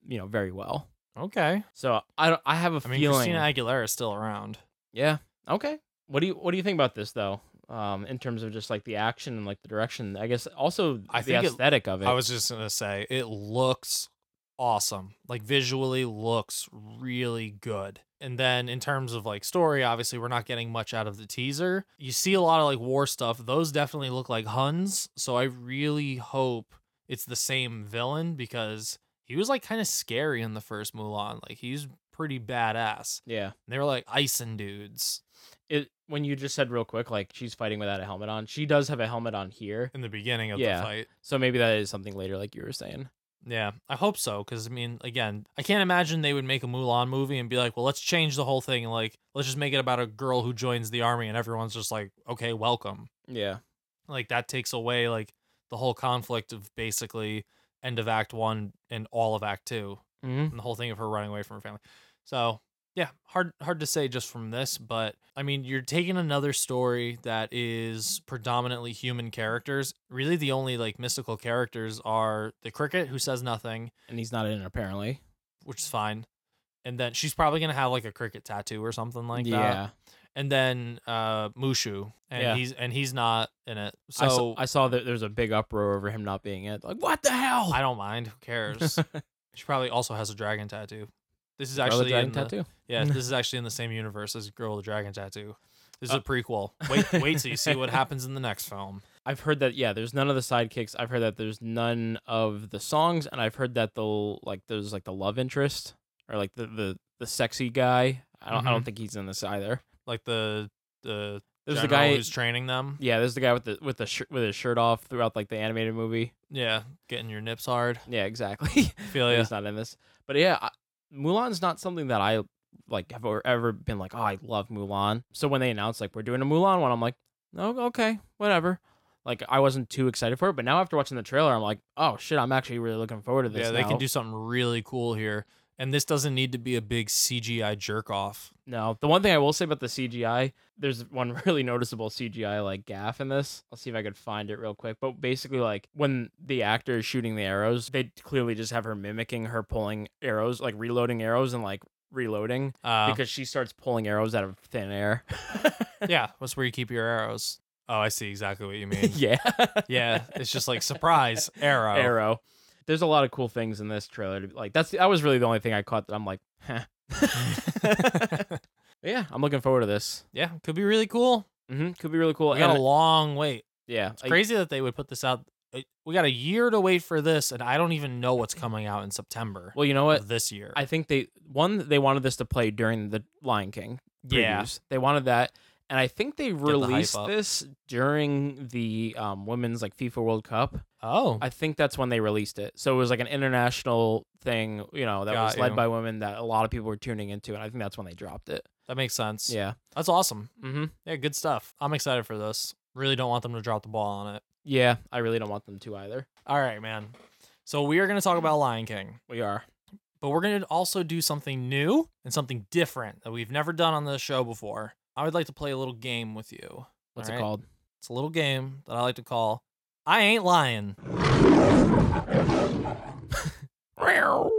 [SPEAKER 7] you know, very well.
[SPEAKER 6] Okay.
[SPEAKER 7] So I don't, I have a
[SPEAKER 6] I mean,
[SPEAKER 7] feeling.
[SPEAKER 6] Christina Aguilera is still around.
[SPEAKER 7] yeah. Okay. What do you what do you think about this though? Um, in terms of just like the action and like the direction, I guess also
[SPEAKER 6] I
[SPEAKER 7] the
[SPEAKER 6] think it-
[SPEAKER 7] aesthetic of it.
[SPEAKER 6] I was just gonna say it looks awesome. Like visually looks really good. And then in terms of like story, obviously we're not getting much out of the teaser. You see a lot of like war stuff. Those definitely look like Huns. So I really hope it's the same villain because he was like kind of scary in the first Mulan. Like he's pretty badass.
[SPEAKER 7] yeah.
[SPEAKER 6] And they were like icing dudes
[SPEAKER 7] It when you just said real quick, like she's fighting without a helmet on. She does have a helmet on here,
[SPEAKER 6] in the beginning of
[SPEAKER 7] Yeah.
[SPEAKER 6] the fight.
[SPEAKER 7] so maybe that is something later, like you were saying.
[SPEAKER 6] Yeah, I hope so. Because I mean, again, I can't imagine they would make a Mulan movie and be like, "Well, let's change the whole thing. and, Like, let's just make it about a girl who joins the army, and everyone's just like, okay, welcome."
[SPEAKER 7] Yeah.
[SPEAKER 6] Like that takes away like the whole conflict of basically end of Act One and all of Act Two,
[SPEAKER 7] hmm
[SPEAKER 6] and the whole thing of her running away from her family. So yeah, hard hard to say just from this, but I mean, you're taking another story that is predominantly human characters. Really, the only like mystical characters are the cricket who says nothing
[SPEAKER 7] And he's not in it, apparently.
[SPEAKER 6] which is fine. And then she's probably gonna have like a cricket tattoo or something like that.
[SPEAKER 7] yeah.
[SPEAKER 6] And then uh Mushu, and
[SPEAKER 7] Yeah.
[SPEAKER 6] he's and he's not in it,
[SPEAKER 7] So I saw,
[SPEAKER 6] so
[SPEAKER 7] I saw that there's a big uproar over him not being it. Like, what the hell?
[SPEAKER 6] I don't mind. Who
[SPEAKER 7] [LAUGHS]
[SPEAKER 6] cares? she probably also has a dragon tattoo. This is
[SPEAKER 7] Girl with
[SPEAKER 6] actually
[SPEAKER 7] dragon
[SPEAKER 6] in the-
[SPEAKER 7] tattoo. [LAUGHS]
[SPEAKER 6] yeah. This is actually in the same universe as Girl with the Dragon Tattoo. This
[SPEAKER 7] Uh
[SPEAKER 6] is a prequel.
[SPEAKER 7] [LAUGHS]
[SPEAKER 6] Wait, wait till you see what happens in the next film.
[SPEAKER 7] I've heard that. Yeah, there's none of the sidekicks. I've heard that there's none of the songs, and I've heard that the like there's like the love interest or like the the, the sexy guy. I don't I don't think he's in this either.
[SPEAKER 6] Like the the
[SPEAKER 7] There's the
[SPEAKER 6] general
[SPEAKER 7] guy.
[SPEAKER 6] who's training them.
[SPEAKER 7] yeah, there's the guy with the with the shirt with his shirt off throughout like the animated movie.
[SPEAKER 6] Yeah, getting your nips hard.
[SPEAKER 7] Yeah, exactly. [LAUGHS]
[SPEAKER 6] Feel ya.
[SPEAKER 7] He's not in this. But yeah, I, Mulan's not something that I like have or ever been like, oh, I love Mulan. So when they announced like we're doing a Mulan one, I'm like, oh, okay, whatever. Like I wasn't too excited for it, but now after watching the trailer, I'm like, oh shit, I'm actually really looking forward to this.
[SPEAKER 6] Yeah, they
[SPEAKER 7] now.
[SPEAKER 6] can do something really cool here. And this doesn't need to be a big CGI jerk off.
[SPEAKER 7] No, the one thing I will say about the CGI, there's one [LAUGHS] really noticeable CGI like gaff in this. I'll see if I could find it real quick. But basically, like when the actor is shooting the arrows, they clearly just have her mimicking her pulling arrows, like reloading arrows and like reloading
[SPEAKER 6] Uh,
[SPEAKER 7] because she starts pulling arrows out of thin
[SPEAKER 6] [LAUGHS]
[SPEAKER 7] air. [LAUGHS]
[SPEAKER 6] yeah, that's where you keep your arrows. Oh, I see
[SPEAKER 7] [LAUGHS]
[SPEAKER 6] exactly what you mean.
[SPEAKER 7] yeah,
[SPEAKER 6] yeah, it's just like surprise arrow.
[SPEAKER 7] arrow. There's a lot of cool things in this trailer. To, like that's that was really the only thing I caught that I'm like,
[SPEAKER 6] [LAUGHS]
[SPEAKER 7] huh. yeah, I'm looking forward to this.
[SPEAKER 6] Yeah, could be really cool.
[SPEAKER 7] hmm Could be really cool.
[SPEAKER 6] We got
[SPEAKER 7] And-
[SPEAKER 6] a long wait.
[SPEAKER 7] yeah,
[SPEAKER 6] It's
[SPEAKER 7] like-
[SPEAKER 6] crazy that they would put this out. Uh, We got a year to wait for this, and I don't even know what's coming out in September
[SPEAKER 7] Well, you know what?
[SPEAKER 6] of this year.
[SPEAKER 7] I think they one they wanted this to play during the Lion King. Previews.
[SPEAKER 6] Yeah.
[SPEAKER 7] they wanted that, and I think they
[SPEAKER 6] hype
[SPEAKER 7] released
[SPEAKER 6] up.
[SPEAKER 7] this during the um, women's like FIFA World Cup.
[SPEAKER 6] oh,
[SPEAKER 7] I think that's when they released it. So it was like an international thing, you know, that
[SPEAKER 6] Got
[SPEAKER 7] was led
[SPEAKER 6] you.
[SPEAKER 7] by women that a lot of people were tuning into, and I think that's when they dropped it.
[SPEAKER 6] that makes sense.
[SPEAKER 7] Yeah,
[SPEAKER 6] that's awesome.
[SPEAKER 7] mm-hmm.
[SPEAKER 6] Yeah, good stuff. I'm excited for this. Really don't want them to drop the ball on it.
[SPEAKER 7] yeah. I really don't want them to either.
[SPEAKER 6] All right, man. So we are going to
[SPEAKER 7] Mm.
[SPEAKER 6] talk about Lion King.
[SPEAKER 7] We are.
[SPEAKER 6] but we're going to also do something new and something different that we've never done on the show before. I would like to play a little game with you.
[SPEAKER 7] What's
[SPEAKER 6] All
[SPEAKER 7] it
[SPEAKER 6] right?
[SPEAKER 7] called?
[SPEAKER 6] It's a little game that I like to call I Ain't Lying. [LAUGHS] Row.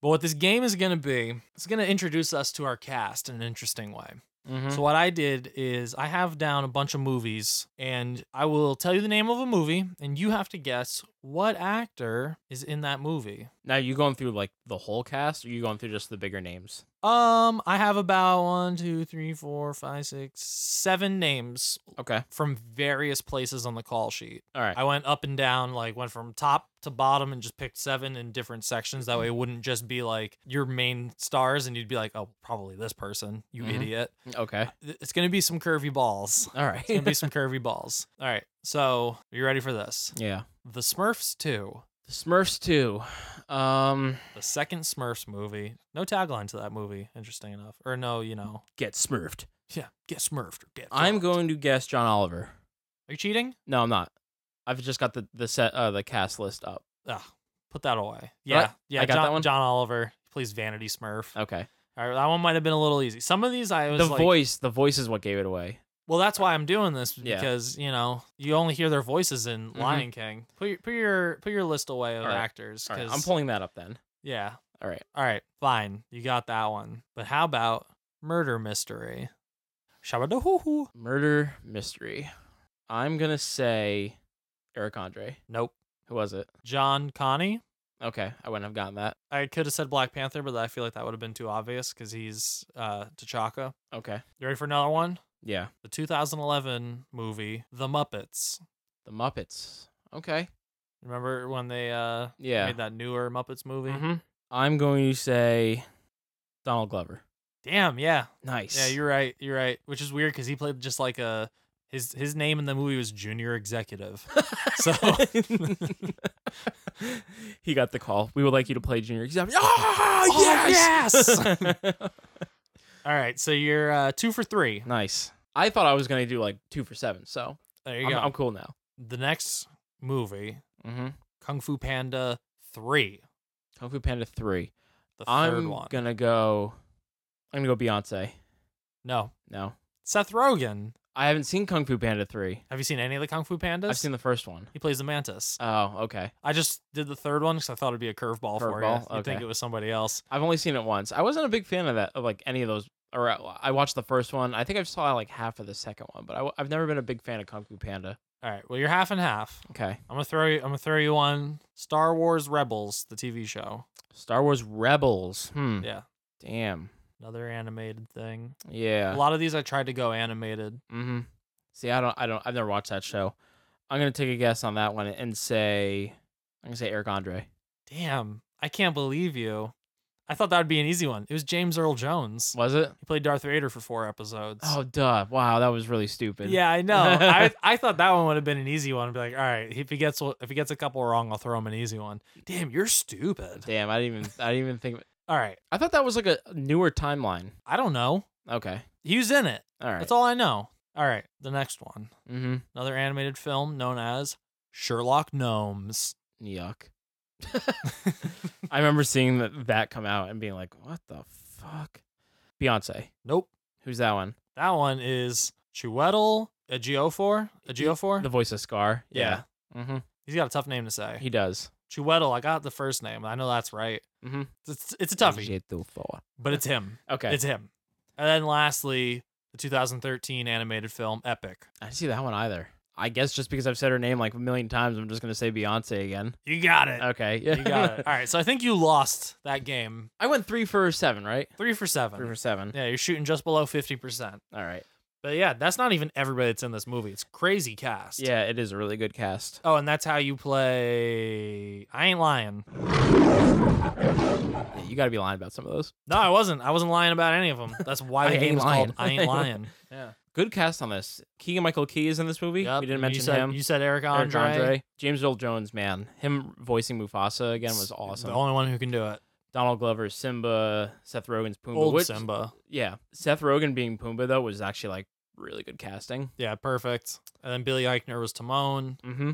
[SPEAKER 6] But what this game is going to be, it's going to introduce us to our cast in an interesting way.
[SPEAKER 7] Mhm.
[SPEAKER 6] So what I did is I have down a bunch of movies, and I will tell you the name of a movie, and you have to guess what actor is in that movie.
[SPEAKER 7] Now you going through like the whole cast, or you going through just the bigger names?
[SPEAKER 6] Um, I have about one, two, three, four, five, six, seven names
[SPEAKER 7] Okay.
[SPEAKER 6] from various places on the call sheet.
[SPEAKER 7] All right.
[SPEAKER 6] I went up and down, like went from top to bottom and just picked seven in different sections. That
[SPEAKER 7] Mm-hmm.
[SPEAKER 6] way it wouldn't just be like your main stars and you'd be like, oh, probably this person, you
[SPEAKER 7] Mhm.
[SPEAKER 6] idiot.
[SPEAKER 7] [LAUGHS] okay.
[SPEAKER 6] Th- It's going to be some curvy balls.
[SPEAKER 7] All right.
[SPEAKER 6] It's going to be some curvy balls. All right. So are you ready for this?
[SPEAKER 7] [LAUGHS] yeah.
[SPEAKER 6] The Smurfs 2,
[SPEAKER 7] The Smurfs too. Um,
[SPEAKER 6] the second Smurfs movie. No tagline to that movie, interesting enough. Or no, you know,
[SPEAKER 7] get Smurfed.
[SPEAKER 6] yeah, get Smurfed or get.
[SPEAKER 7] I'm
[SPEAKER 6] fucked.
[SPEAKER 7] going to guess John Oliver.
[SPEAKER 6] Are you cheating?
[SPEAKER 7] No, I'm not. I've just got the the set uh, the cast list up.
[SPEAKER 6] Ugh, put that away. Yeah. yeah.
[SPEAKER 7] I got
[SPEAKER 6] John,
[SPEAKER 7] that one?
[SPEAKER 6] John Oliver plays Vanity Smurf.
[SPEAKER 7] Okay.
[SPEAKER 6] All right, that one might have been a little easy. Some of these I was
[SPEAKER 7] The
[SPEAKER 6] like,
[SPEAKER 7] voice, the voice is what gave it away.
[SPEAKER 6] Well, that's why I'm doing this
[SPEAKER 7] Yeah. Mm-hmm.
[SPEAKER 6] because you know you only hear their voices in Lion King. Put your put your put your list away of
[SPEAKER 7] All right.
[SPEAKER 6] actors.
[SPEAKER 7] All right,
[SPEAKER 6] 'cause-
[SPEAKER 7] I'm pulling that up then.
[SPEAKER 6] Yeah.
[SPEAKER 7] All right.
[SPEAKER 6] All right. Fine. You got that one. But how about murder mystery? Shabadahoo.
[SPEAKER 7] Murder mystery. I'm gonna say Eric Andre.
[SPEAKER 6] Nope.
[SPEAKER 7] Who was it?
[SPEAKER 6] John Connie.
[SPEAKER 7] Okay, I wouldn't have gotten that.
[SPEAKER 6] I could have said Black Panther, but I feel like that would have been too obvious because he's uh, T'Chaka.
[SPEAKER 7] Okay.
[SPEAKER 6] You ready for another one?
[SPEAKER 7] Yeah.
[SPEAKER 6] the 2011 movie The Muppets.
[SPEAKER 7] The Muppets. Okay.
[SPEAKER 6] Remember when they uh
[SPEAKER 7] Yeah.
[SPEAKER 6] made that newer Muppets movie?
[SPEAKER 7] Mhm. I'm going to say Donald Glover.
[SPEAKER 6] Damn, yeah.
[SPEAKER 7] Nice.
[SPEAKER 6] Yeah, you're right. You're right. Which is weird cuz he played just like a his his name in the movie was Junior Executive.
[SPEAKER 7] [LAUGHS]
[SPEAKER 6] [LAUGHS] so
[SPEAKER 7] he got the call. We would like you to play junior exam. Oh, yes! yes!
[SPEAKER 6] All right, so you're uh 2 for 3.
[SPEAKER 7] [LAUGHS] nice. I thought I was going to do like two for seven, so
[SPEAKER 6] There you
[SPEAKER 7] I'm,
[SPEAKER 6] go.
[SPEAKER 7] I'm cool now.
[SPEAKER 6] The next movie,
[SPEAKER 7] Mm-hmm.
[SPEAKER 6] Kung Fu Panda 3,
[SPEAKER 7] Kung Fu Panda 3.
[SPEAKER 6] the 3rd
[SPEAKER 7] I'm
[SPEAKER 6] one.
[SPEAKER 7] going to go. I'm going to go Beyonce.
[SPEAKER 6] No.
[SPEAKER 7] No.
[SPEAKER 6] Seth Rogen.
[SPEAKER 7] I haven't seen Kung Fu Panda 3.
[SPEAKER 6] Have you seen any of the Kung Fu Pandas?
[SPEAKER 7] I've seen the first one.
[SPEAKER 6] He plays the mantis.
[SPEAKER 7] Oh, okay.
[SPEAKER 6] I just did the third one because I thought it'd be a curveball for you.
[SPEAKER 7] Curveball?
[SPEAKER 6] You'd think
[SPEAKER 7] Okay.
[SPEAKER 6] it was somebody else.
[SPEAKER 7] I've only seen it once. I wasn't a big fan of that, of like any of those. Or uh, I watched the first one. I think I saw like half of the second one, but I, have never been a big fan of Kung Fu Panda.
[SPEAKER 6] All right. Well, you're half and half.
[SPEAKER 7] Okay.
[SPEAKER 6] I'm gonna throw you. I'm gonna throw you one. Star Wars Rebels, the TV show.
[SPEAKER 7] Star Wars Rebels. Hmm.
[SPEAKER 6] Yeah,
[SPEAKER 7] Damn.
[SPEAKER 6] another animated thing. A
[SPEAKER 7] Yeah.
[SPEAKER 6] lot of these I tried to go animated.
[SPEAKER 7] Mm-hmm. See, I don't. I don't. I've never watched that show. I'm gonna take a guess on that one and say I'm gonna say Eric Andre.
[SPEAKER 6] Damn, I can't believe you. I thought that would be an easy one. It was James Earl Jones.
[SPEAKER 7] Was it?
[SPEAKER 6] He played Darth Vader for four episodes.
[SPEAKER 7] Oh, duh. Wow, that was really stupid.
[SPEAKER 6] Yeah,
[SPEAKER 7] [LAUGHS]
[SPEAKER 6] I know. I I thought that one would have been an easy one. I'd be like, all right, if he gets if he gets a couple wrong, I'll throw him an easy one. Damn, you're stupid.
[SPEAKER 7] Damn. I didn't even. I didn't even think.
[SPEAKER 6] All right,
[SPEAKER 7] I thought that was like a newer timeline.
[SPEAKER 6] I don't know.
[SPEAKER 7] Okay.
[SPEAKER 6] He was in it.
[SPEAKER 7] All right.
[SPEAKER 6] That's all I know. All right, the next one.
[SPEAKER 7] Mm-hmm.
[SPEAKER 6] Another animated film known as Sherlock Gnomes. [LAUGHS]
[SPEAKER 7] Yuck. I remember seeing that, that come out and being like, what the fuck? Beyonce.
[SPEAKER 6] Nope.
[SPEAKER 7] Who's that one?
[SPEAKER 6] That one is uh, Chiwetel Ejiofor. Ejiofor?
[SPEAKER 7] The voice of Scar.
[SPEAKER 6] yeah.
[SPEAKER 7] hmm
[SPEAKER 6] He's got a tough name to say.
[SPEAKER 7] He does.
[SPEAKER 6] Chiwetel, I got the first name. I know that's right.
[SPEAKER 7] Mhm.
[SPEAKER 6] It's, it's a toughie,
[SPEAKER 7] Ejiofor.
[SPEAKER 6] but it's him.
[SPEAKER 7] Okay.
[SPEAKER 6] It's him. And then lastly, the 2013 animated film Epic.
[SPEAKER 7] I didn't see that one either. I guess just because I've said her name like a million times, I'm just going to say Beyonce again.
[SPEAKER 6] You got it.
[SPEAKER 7] Okay. Yeah.
[SPEAKER 6] You got it. All right, so I think you lost that game.
[SPEAKER 7] [LAUGHS] I went three for seven, right?
[SPEAKER 6] Three for seven.
[SPEAKER 7] Three for seven.
[SPEAKER 6] Yeah, you're shooting just below 50%.
[SPEAKER 7] All right.
[SPEAKER 6] But yeah, that's not even everybody that's in this movie. It's crazy cast.
[SPEAKER 7] Yeah, it is a really good cast.
[SPEAKER 6] Oh, and that's how you play. I ain't lying.
[SPEAKER 7] Yeah, you got to be lying about some of those.
[SPEAKER 6] No, I wasn't. I wasn't lying about any of them.
[SPEAKER 7] [LAUGHS]
[SPEAKER 6] That's why
[SPEAKER 7] I
[SPEAKER 6] the
[SPEAKER 7] ain't
[SPEAKER 6] game is
[SPEAKER 7] lying.
[SPEAKER 6] called I
[SPEAKER 7] [LAUGHS]
[SPEAKER 6] Ain't Lying. yeah.
[SPEAKER 7] Good cast on this. Keegan Michael Key is in this movie.
[SPEAKER 6] Yep,
[SPEAKER 7] We didn't
[SPEAKER 6] you
[SPEAKER 7] mention
[SPEAKER 6] said-
[SPEAKER 7] him.
[SPEAKER 6] You said Eric
[SPEAKER 7] Eric
[SPEAKER 6] Andre.
[SPEAKER 7] Andre. James Earl Jones, man, him voicing Mufasa again was awesome.
[SPEAKER 6] The only one who can do it.
[SPEAKER 7] Donald Glover's Simba, Seth Rogen's Pumbaa.
[SPEAKER 6] Old
[SPEAKER 7] which-
[SPEAKER 6] Simba.
[SPEAKER 7] Yeah, Seth Rogen being Pumbaa though was actually like really good casting.
[SPEAKER 6] Yeah, perfect. And then Billy Eichner was Timon.
[SPEAKER 7] [LAUGHS] Mm-hmm.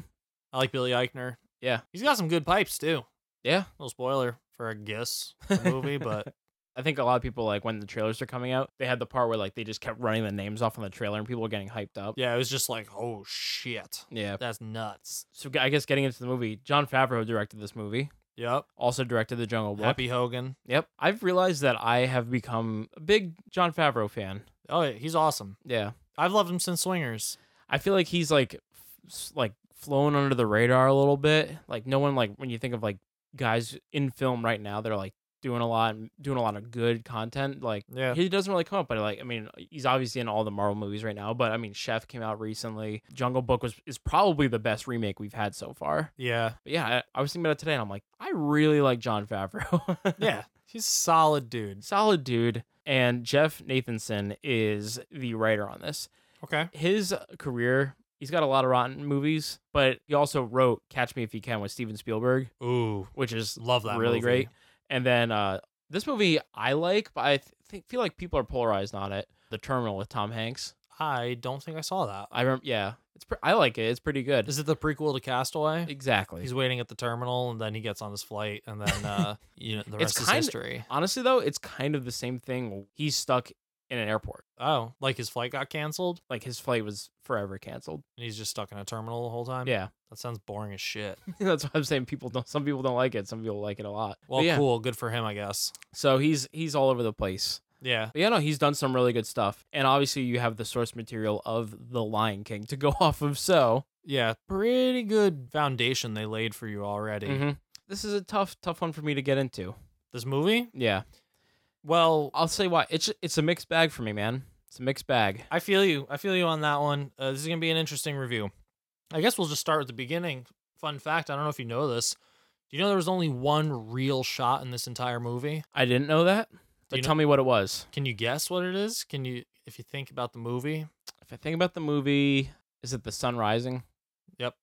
[SPEAKER 6] I like Billy Eichner.
[SPEAKER 7] Yeah.
[SPEAKER 6] He's got some good pipes too.
[SPEAKER 7] Yeah,
[SPEAKER 6] Little spoiler for a guess the
[SPEAKER 7] [LAUGHS]
[SPEAKER 6] movie, but
[SPEAKER 7] I think a lot of people like when the trailers are coming out, they had the part where like they just kept running the names off on the trailer and people were getting hyped up.
[SPEAKER 6] yeah, it was just like, oh shit.
[SPEAKER 7] Yeah.
[SPEAKER 6] That's nuts.
[SPEAKER 7] So I guess getting into the movie, John Favreau directed this movie.
[SPEAKER 6] Yep.
[SPEAKER 7] Also directed The Jungle Book.
[SPEAKER 6] Happy Hogan.
[SPEAKER 7] Yep. I've realized that I have become a big John Favreau fan.
[SPEAKER 6] Oh, yeah, he's awesome.
[SPEAKER 7] Yeah.
[SPEAKER 6] I've loved him since Swingers.
[SPEAKER 7] I feel like he's like f- like flown under the radar a little bit. Like no one like when you think of like guys in film right now, they're like doing a lot, doing a lot of good content. Like
[SPEAKER 6] Yeah.
[SPEAKER 7] he doesn't really come up, but like I mean, he's obviously in all the Marvel movies right now. But I mean, Chef came out recently. Jungle Book was is probably the best remake we've had so far.
[SPEAKER 6] Yeah.
[SPEAKER 7] But yeah, I, I was thinking about it today, and I'm like, I really like John Favreau. [LAUGHS]
[SPEAKER 6] Yeah. He's a solid dude.
[SPEAKER 7] solid dude. And Jeff Nathanson is the writer on this
[SPEAKER 6] Okay.
[SPEAKER 7] his career, he's got a lot of rotten movies, but he also wrote Catch Me If You Can with Steven Spielberg,
[SPEAKER 6] Ooh.
[SPEAKER 7] which is
[SPEAKER 6] Love that
[SPEAKER 7] really
[SPEAKER 6] movie.
[SPEAKER 7] great. And then uh, this movie I like, but I th- think, feel like people are polarized on it. The Terminal with Tom Hanks.
[SPEAKER 6] I don't think I saw that.
[SPEAKER 7] I remember, yeah, it's pre- I like it. It's pretty good.
[SPEAKER 6] Is it the prequel to Castaway?
[SPEAKER 7] exactly.
[SPEAKER 6] He's waiting at the terminal and then he gets on his flight and
[SPEAKER 7] [LAUGHS]
[SPEAKER 6] then uh you know the
[SPEAKER 7] It's
[SPEAKER 6] rest is
[SPEAKER 7] kind-
[SPEAKER 6] history.
[SPEAKER 7] Honestly though, it's kind of the same thing. He's stuck in an airport.
[SPEAKER 6] Oh, like his flight got canceled
[SPEAKER 7] Like his flight was forever canceled.
[SPEAKER 6] and he's just stuck in a terminal the whole time.
[SPEAKER 7] Yeah,
[SPEAKER 6] That sounds boring
[SPEAKER 7] [LAUGHS]
[SPEAKER 6] as shit.
[SPEAKER 7] that's what I'm saying. People don't. Some people don't like it. Some people like it a lot. But
[SPEAKER 6] Well,
[SPEAKER 7] yeah.
[SPEAKER 6] cool, good for him, I guess.
[SPEAKER 7] So he's he's all over the place.
[SPEAKER 6] Yeah.
[SPEAKER 7] But yeah, no, he's done some really good stuff. And obviously, you have the source material of The Lion King to go [LAUGHS] off of. So,
[SPEAKER 6] Yeah, pretty good foundation they laid for you already.
[SPEAKER 7] Mm-hmm. this is a tough, tough one for me to get into.
[SPEAKER 6] This movie?
[SPEAKER 7] Yeah.
[SPEAKER 6] Well,
[SPEAKER 7] I'll say why. It's it's a mixed bag for me, man. It's a mixed bag.
[SPEAKER 6] I feel you. I feel you on that one. Uh, this is going to be an interesting review. I guess we'll just start with the beginning. Fun fact I don't know if you know this. Do you know there was only one real shot in this entire movie?
[SPEAKER 7] I didn't know that. But
[SPEAKER 6] you know-
[SPEAKER 7] tell me what it was.
[SPEAKER 6] Can you guess what it is? Can you, if you think about the movie?
[SPEAKER 7] If I think about the movie, is it The Sun Rising?
[SPEAKER 6] Yep.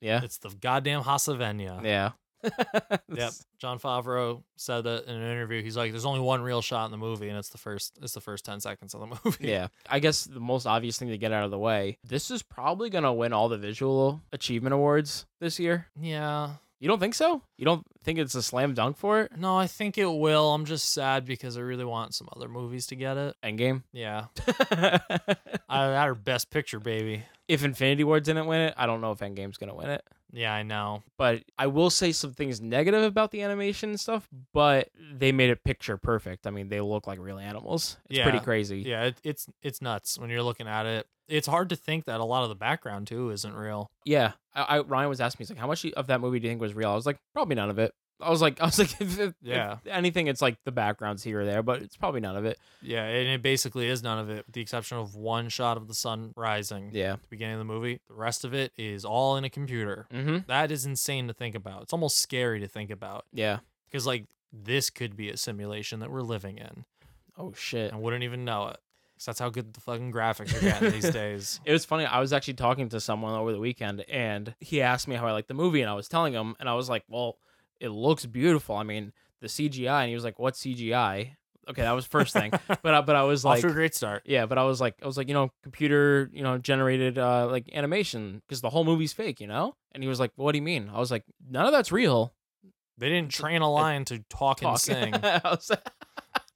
[SPEAKER 7] Yeah.
[SPEAKER 6] It's the goddamn Hasavenia.
[SPEAKER 7] yeah. [LAUGHS]
[SPEAKER 6] Yep. John Favreau said that in an interview. He's like, there's only one real shot in the movie, and it's the first, it's the first 10 seconds of the [LAUGHS] movie.
[SPEAKER 7] Yeah. I guess the most obvious thing to get out of the way. This is probably going to win all the visual achievement awards this year.
[SPEAKER 6] Yeah.
[SPEAKER 7] You don't think so? You don't think it's a slam dunk for it?
[SPEAKER 6] No, I think it will. I'm just sad because I really want some other movies to get it.
[SPEAKER 7] Endgame.
[SPEAKER 6] Yeah.
[SPEAKER 7] [LAUGHS]
[SPEAKER 6] I had her best picture, baby.
[SPEAKER 7] if Infinity War didn't win it, I don't know if Endgame's gonna win it.
[SPEAKER 6] Yeah, I know.
[SPEAKER 7] But I will say some things negative about the animation and stuff, but they made it picture perfect. I mean, they look like real animals. It's pretty
[SPEAKER 6] Yeah.
[SPEAKER 7] crazy.
[SPEAKER 6] Yeah, it, it's it's nuts when you're looking at it. It's hard to think that a lot of the background too isn't real.
[SPEAKER 7] Yeah. I, I Ryan was asking me, he's like, how much of that movie do you think was real? I was like, probably none of it. I was like, [LAUGHS] I was like, if, if,
[SPEAKER 6] Yeah.
[SPEAKER 7] if anything, it's like the backgrounds here or there, but it's probably none of it.
[SPEAKER 6] Yeah, and it basically is none of it, with the exception of one shot of the sun rising
[SPEAKER 7] Yeah.
[SPEAKER 6] at the beginning of the movie. The rest of it is all in a computer.
[SPEAKER 7] Mm-hmm.
[SPEAKER 6] That is insane to think about. It's almost scary to think about
[SPEAKER 7] Yeah.
[SPEAKER 6] because like this could be a simulation that we're living in
[SPEAKER 7] Oh shit.
[SPEAKER 6] and wouldn't even know it. 'Cause that's how good the fucking graphics are getting
[SPEAKER 7] [LAUGHS]
[SPEAKER 6] these days.
[SPEAKER 7] It was funny. I was actually talking to someone over the weekend, and he asked me how I liked the movie, and I was telling him, and I was like, "Well, it looks beautiful. I mean, the CGI." And he was like, "What CGI?" Okay, that was first [LAUGHS]
[SPEAKER 6] [LAUGHS]
[SPEAKER 7] thing. but I, but I was
[SPEAKER 6] Off
[SPEAKER 7] like,
[SPEAKER 6] to a great start.
[SPEAKER 7] yeah, but I was like, I was like, you know, computer, you know, generated uh like animation because the whole movie's fake, you know. And he was like, "What do you mean?" I was like, "None of that's real." [LAUGHS]
[SPEAKER 6] They didn't train a lion to talk,
[SPEAKER 7] Talk. [LAUGHS]
[SPEAKER 6] and sing.
[SPEAKER 7] I was- [LAUGHS] But,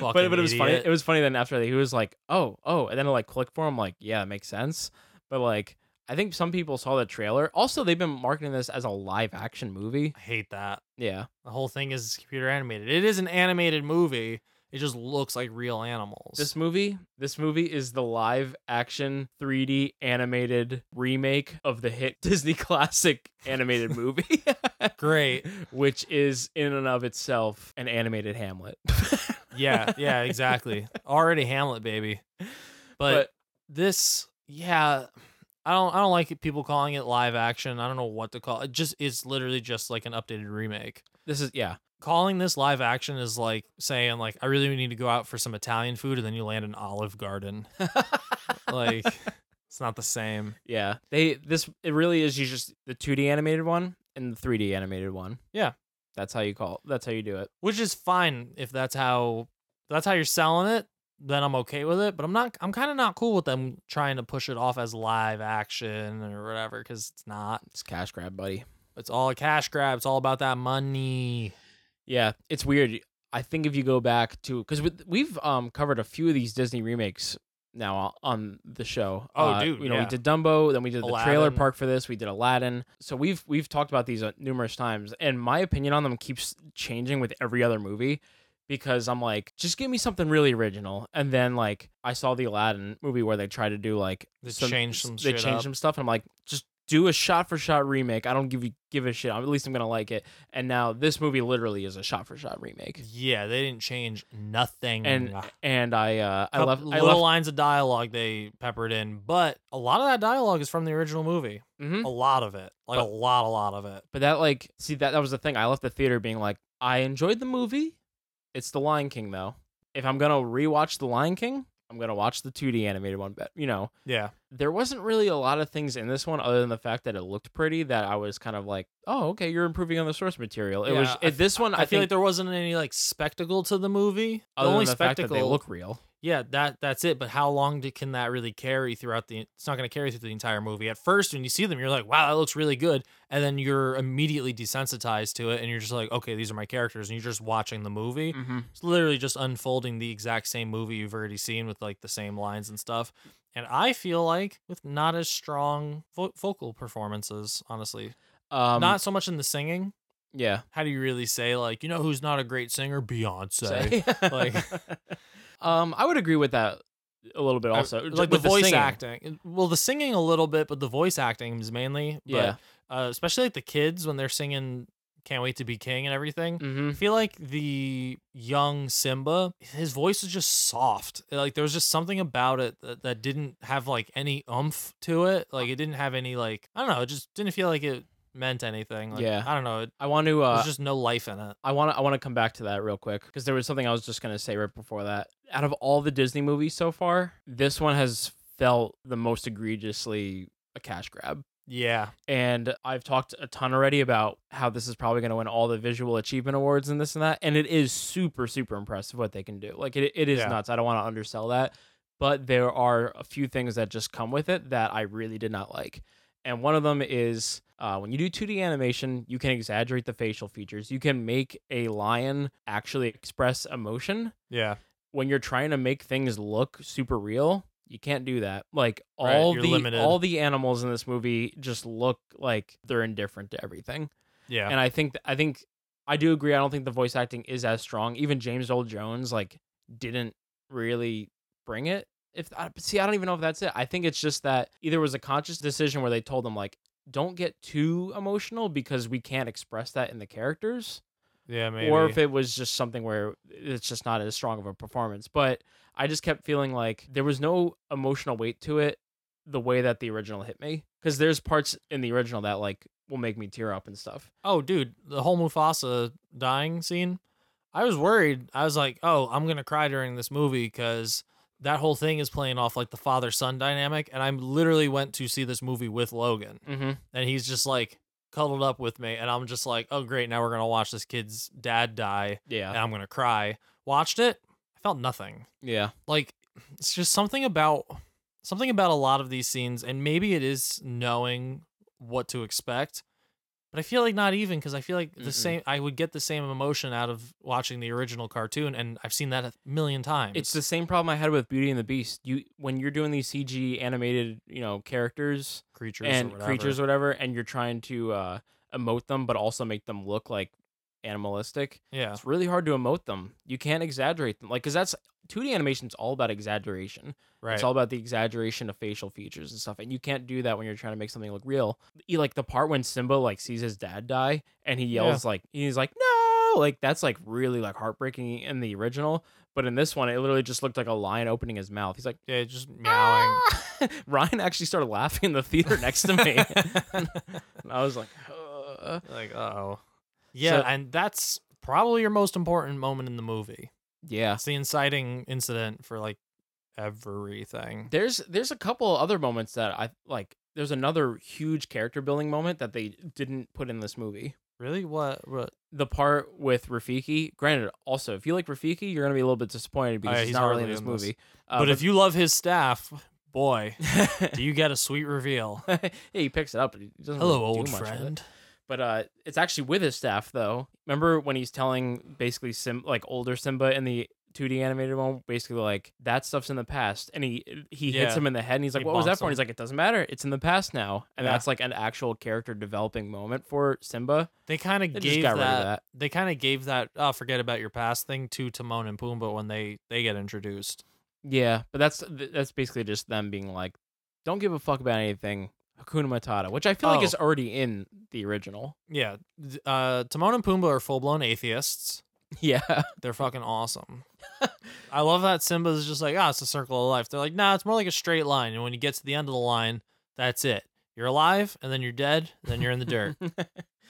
[SPEAKER 7] but
[SPEAKER 6] fucking
[SPEAKER 7] it was funny.
[SPEAKER 6] idiot.
[SPEAKER 7] It was funny. Then after that, he was like, "Oh, oh," and then it like clicked for him. Like, yeah, it makes sense. But like, I think some people saw the trailer. Also, they've been marketing this as a live action movie.
[SPEAKER 6] I hate that.
[SPEAKER 7] Yeah,
[SPEAKER 6] The whole thing is computer animated. It is an animated movie. It just looks like real animals. [LAUGHS]
[SPEAKER 7] this movie, this movie is the live action 3D animated remake of the hit [LAUGHS] Disney classic
[SPEAKER 6] [LAUGHS]
[SPEAKER 7] animated movie, [LAUGHS]
[SPEAKER 6] great.
[SPEAKER 7] which is in and of itself an animated Hamlet. [LAUGHS]
[SPEAKER 6] Yeah, yeah, exactly. Already Hamlet, baby. But, this, yeah, I don't, I don't like people calling it live action. I don't know what to call it. Just it's literally just like an updated remake.
[SPEAKER 7] this is yeah.
[SPEAKER 6] Calling this live action is like saying like I really need to go out for some Italian food and then you land in
[SPEAKER 7] [LAUGHS]
[SPEAKER 6] Olive Garden. like it's not the same.
[SPEAKER 7] Yeah, they this it really is. You just the two D animated one and the three D animated one.
[SPEAKER 6] Yeah.
[SPEAKER 7] that's how you call. That's how you do it.
[SPEAKER 6] which is fine if that's how if that's how you're selling it then i'm okay with it but i'm not i'm kind of not cool with them trying to push it off as live action or whatever because it's not
[SPEAKER 7] It's cash grab, buddy.
[SPEAKER 6] it's all a cash grab it's all about that money
[SPEAKER 7] Yeah, it's weird. I think if you go back to because we've um covered a few of these Disney remakes now o- on the show.
[SPEAKER 6] Oh,
[SPEAKER 7] Uh,
[SPEAKER 6] dude,
[SPEAKER 7] you know
[SPEAKER 6] yeah.
[SPEAKER 7] we did Dumbo, then we did the trailer
[SPEAKER 6] Aladdin.
[SPEAKER 7] park for this. We did Aladdin. So we've we've talked about these uh, numerous times, and my opinion on them keeps changing with every other movie. because I'm like, just give me something really original. And then like I saw the Aladdin movie where they tried to do like
[SPEAKER 6] They changed some
[SPEAKER 7] they
[SPEAKER 6] shit
[SPEAKER 7] changed
[SPEAKER 6] up.
[SPEAKER 7] some stuff, and I'm like, just do a shot for shot remake. I don't give you give a shit. I'm- At least I'm gonna like it. And now this movie literally is a shot for shot remake.
[SPEAKER 6] Yeah, they didn't change nothing.
[SPEAKER 7] And
[SPEAKER 6] Couple
[SPEAKER 7] and I uh, I left I
[SPEAKER 6] little
[SPEAKER 7] left
[SPEAKER 6] lines of dialogue they peppered in, but a lot of that dialogue is from the original movie.
[SPEAKER 7] Mhm.
[SPEAKER 6] A lot of it, like a
[SPEAKER 7] But-
[SPEAKER 6] lot, a lot of it.
[SPEAKER 7] But that like see that that was the thing. I left the theater being like, I enjoyed the movie. It's The Lion King though. If I'm gonna rewatch The Lion King, I'm gonna watch the 2D animated one. But you know,
[SPEAKER 6] Yeah,
[SPEAKER 7] there wasn't really a lot of things in this one other than the fact that it looked pretty. That I was kind of like, oh okay, you're improving on the source material. It was
[SPEAKER 6] Yeah,
[SPEAKER 7] it, this one. I,
[SPEAKER 6] I, feel like
[SPEAKER 7] think
[SPEAKER 6] there wasn't any like spectacle to the movie. The
[SPEAKER 7] other
[SPEAKER 6] only
[SPEAKER 7] than the
[SPEAKER 6] spectacle
[SPEAKER 7] fact that they look real.
[SPEAKER 6] Yeah, that that's it. But how long do, can that really carry throughout the? It's not going to carry through the entire movie. At first, when you see them, you're like, "Wow, that looks really good," and then you're immediately desensitized to it, and you're just like, "Okay, these are my characters," and you're just watching the movie.
[SPEAKER 7] Mm.
[SPEAKER 6] It's literally just unfolding the exact same movie you've already seen with like the same lines and stuff. And I feel like with not as strong vo- vocal performances, honestly,
[SPEAKER 7] Um,
[SPEAKER 6] not so much in the singing.
[SPEAKER 7] yeah.
[SPEAKER 6] How do you really say like you know who's not a great singer? Beyonce. [LAUGHS] like-
[SPEAKER 7] [LAUGHS] um, I would agree with that a little bit.
[SPEAKER 6] I-
[SPEAKER 7] Also,
[SPEAKER 6] like
[SPEAKER 7] with
[SPEAKER 6] the voice
[SPEAKER 7] singing.
[SPEAKER 6] acting. Well, the singing a little bit, but the voice acting is mainly. But,
[SPEAKER 7] Yeah.
[SPEAKER 6] Uh, especially like the kids when they're singing "Can't Wait to Be King" and everything.
[SPEAKER 7] Mhm.
[SPEAKER 6] I feel like the young Simba, his voice is just soft. Like there was just something about it that, that didn't have like any umph to it. Like it didn't have any like I don't know. It just didn't feel like it meant anything. Like,
[SPEAKER 7] Yeah.
[SPEAKER 6] I don't know. It,
[SPEAKER 7] I want to. Uh,
[SPEAKER 6] there's just no life in it.
[SPEAKER 7] I want to I want to come back to that real quick because there was something I was just gonna say right before that. Out of all the Disney movies so far, this one has felt the most egregiously a cash grab.
[SPEAKER 6] Yeah.
[SPEAKER 7] And I've talked a ton already about how this is probably going to win all the visual achievement awards and this and that. And it is super, super impressive what they can do. Like, it, it is
[SPEAKER 6] Yeah.
[SPEAKER 7] nuts. I don't want to undersell that. But there are a few things that just come with it that I really did not like. And one of them is uh, when you do 2D animation, you can exaggerate the facial features. You can make a lion actually express emotion.
[SPEAKER 6] Yeah.
[SPEAKER 7] When you're trying to make things look super real, you can't do that. Like
[SPEAKER 6] Right,
[SPEAKER 7] all
[SPEAKER 6] you're
[SPEAKER 7] the
[SPEAKER 6] limited.
[SPEAKER 7] all the animals in this movie just look like they're indifferent to everything.
[SPEAKER 6] Yeah.
[SPEAKER 7] And I think I think I do agree. I don't think the voice acting is as strong. Even James Earl Jones like didn't really bring it. If I, see, I don't even know if that's it. I think it's just that either it was a conscious decision where they told them like, don't get too emotional because we can't express that in the characters,
[SPEAKER 6] yeah. Maybe.
[SPEAKER 7] or if it was just something where it's just not as strong of a performance. But I just kept feeling like there was no emotional weight to it the way that the original hit me because there's parts in the original that like will make me tear up and stuff.
[SPEAKER 6] Oh, dude, the whole Mufasa dying scene. I was worried. I was like, oh, I'm gonna cry during this movie because that whole thing is playing off like the father son dynamic. And I literally went to see this movie with Logan,
[SPEAKER 7] Mm-hmm.
[SPEAKER 6] and he's just like cuddled up with me, and I'm just like, oh, great, now we're gonna watch this kid's dad die,
[SPEAKER 7] Yeah.
[SPEAKER 6] and I'm gonna cry. Watched it. I felt nothing
[SPEAKER 7] Yeah.
[SPEAKER 6] like it's just something about something about a lot of these scenes and maybe it is knowing what to expect but i feel like not even because i feel like the
[SPEAKER 7] Mm-mm.
[SPEAKER 6] same i would get the same emotion out of watching the original cartoon and i've seen that a million times
[SPEAKER 7] It's the same problem I had with Beauty and the Beast. You when you're doing these CG animated, you know, characters
[SPEAKER 6] creatures
[SPEAKER 7] and
[SPEAKER 6] or whatever.
[SPEAKER 7] creatures or whatever, and you're trying to uh emote them but also make them look like animalistic.
[SPEAKER 6] yeah
[SPEAKER 7] It's really hard to emote them. You can't exaggerate them. Like cuz that's 2D animation is all about exaggeration.
[SPEAKER 6] right
[SPEAKER 7] It's all about the exaggeration of facial features and stuff, and you can't do that when you're trying to make something look real. E- Like the part when Simba like sees his dad die and he yells like he's like no, like that's like really like heartbreaking in the original, but in this one it literally just looked like a lion opening his mouth. He's like "Ah!"
[SPEAKER 6] yeah just meowing
[SPEAKER 7] Ryan actually started laughing in the theater next [LAUGHS] to
[SPEAKER 6] [LAUGHS]
[SPEAKER 7] me. [LAUGHS] and I was like, "Uh."
[SPEAKER 6] like uh-oh yeah
[SPEAKER 7] So-
[SPEAKER 6] and that's probably your most important moment in the movie
[SPEAKER 7] yeah.
[SPEAKER 6] that's the inciting incident for like everything
[SPEAKER 7] There's there's a couple other moments that I like. There's another huge character building moment that they didn't put in this movie.
[SPEAKER 6] really what what
[SPEAKER 7] the part with Rafiki. Granted, also if you like Rafiki, you're gonna be a little bit disappointed because
[SPEAKER 6] Oh, yeah,
[SPEAKER 7] he's,
[SPEAKER 6] he's
[SPEAKER 7] not really in
[SPEAKER 6] hardly
[SPEAKER 7] this
[SPEAKER 6] in this.
[SPEAKER 7] movie. Uh,
[SPEAKER 6] but if you love his staff, boy, do you get a sweet reveal.
[SPEAKER 7] yeah, he picks it up. But he [LAUGHS] doesn't
[SPEAKER 6] Hello,
[SPEAKER 7] really do
[SPEAKER 6] old
[SPEAKER 7] much with it.
[SPEAKER 6] friend.
[SPEAKER 7] But uh, it's actually with his staff though. Remember when he's telling basically Sim like older Simba in the 2D animated one, basically like that stuff's in the past, and he he hits
[SPEAKER 6] Yeah.
[SPEAKER 7] him in the head, and he's like,
[SPEAKER 6] He
[SPEAKER 7] "What was that
[SPEAKER 6] bonks
[SPEAKER 7] for?" And
[SPEAKER 6] him.
[SPEAKER 7] he's like, "It doesn't matter. It's in the past now." And
[SPEAKER 6] Yeah.
[SPEAKER 7] that's like an actual character developing moment for Simba.
[SPEAKER 6] They kind of
[SPEAKER 7] They just
[SPEAKER 6] gave
[SPEAKER 7] got
[SPEAKER 6] that,
[SPEAKER 7] rid of that.
[SPEAKER 6] They kind of gave that. Oh, forget about your past thing to Timon and Pumbaa when they they get introduced.
[SPEAKER 7] Yeah, but that's th- that's basically just them being like, "Don't give a fuck about anything." Hakuna Matata, which I feel like
[SPEAKER 6] Oh.
[SPEAKER 7] is already in the original. [LAUGHS]
[SPEAKER 6] Yeah, th- uh, Timon and Pumbaa are full blown atheists.
[SPEAKER 7] Yeah,
[SPEAKER 6] They're fucking awesome. I love that Simba's just like, ah, it's a circle of life. They're like, nah, it's more like a straight line. And when you get to the end of the line, that's it. You're alive, and then you're dead, and then you're in
[SPEAKER 7] [LAUGHS]
[SPEAKER 6] the dirt.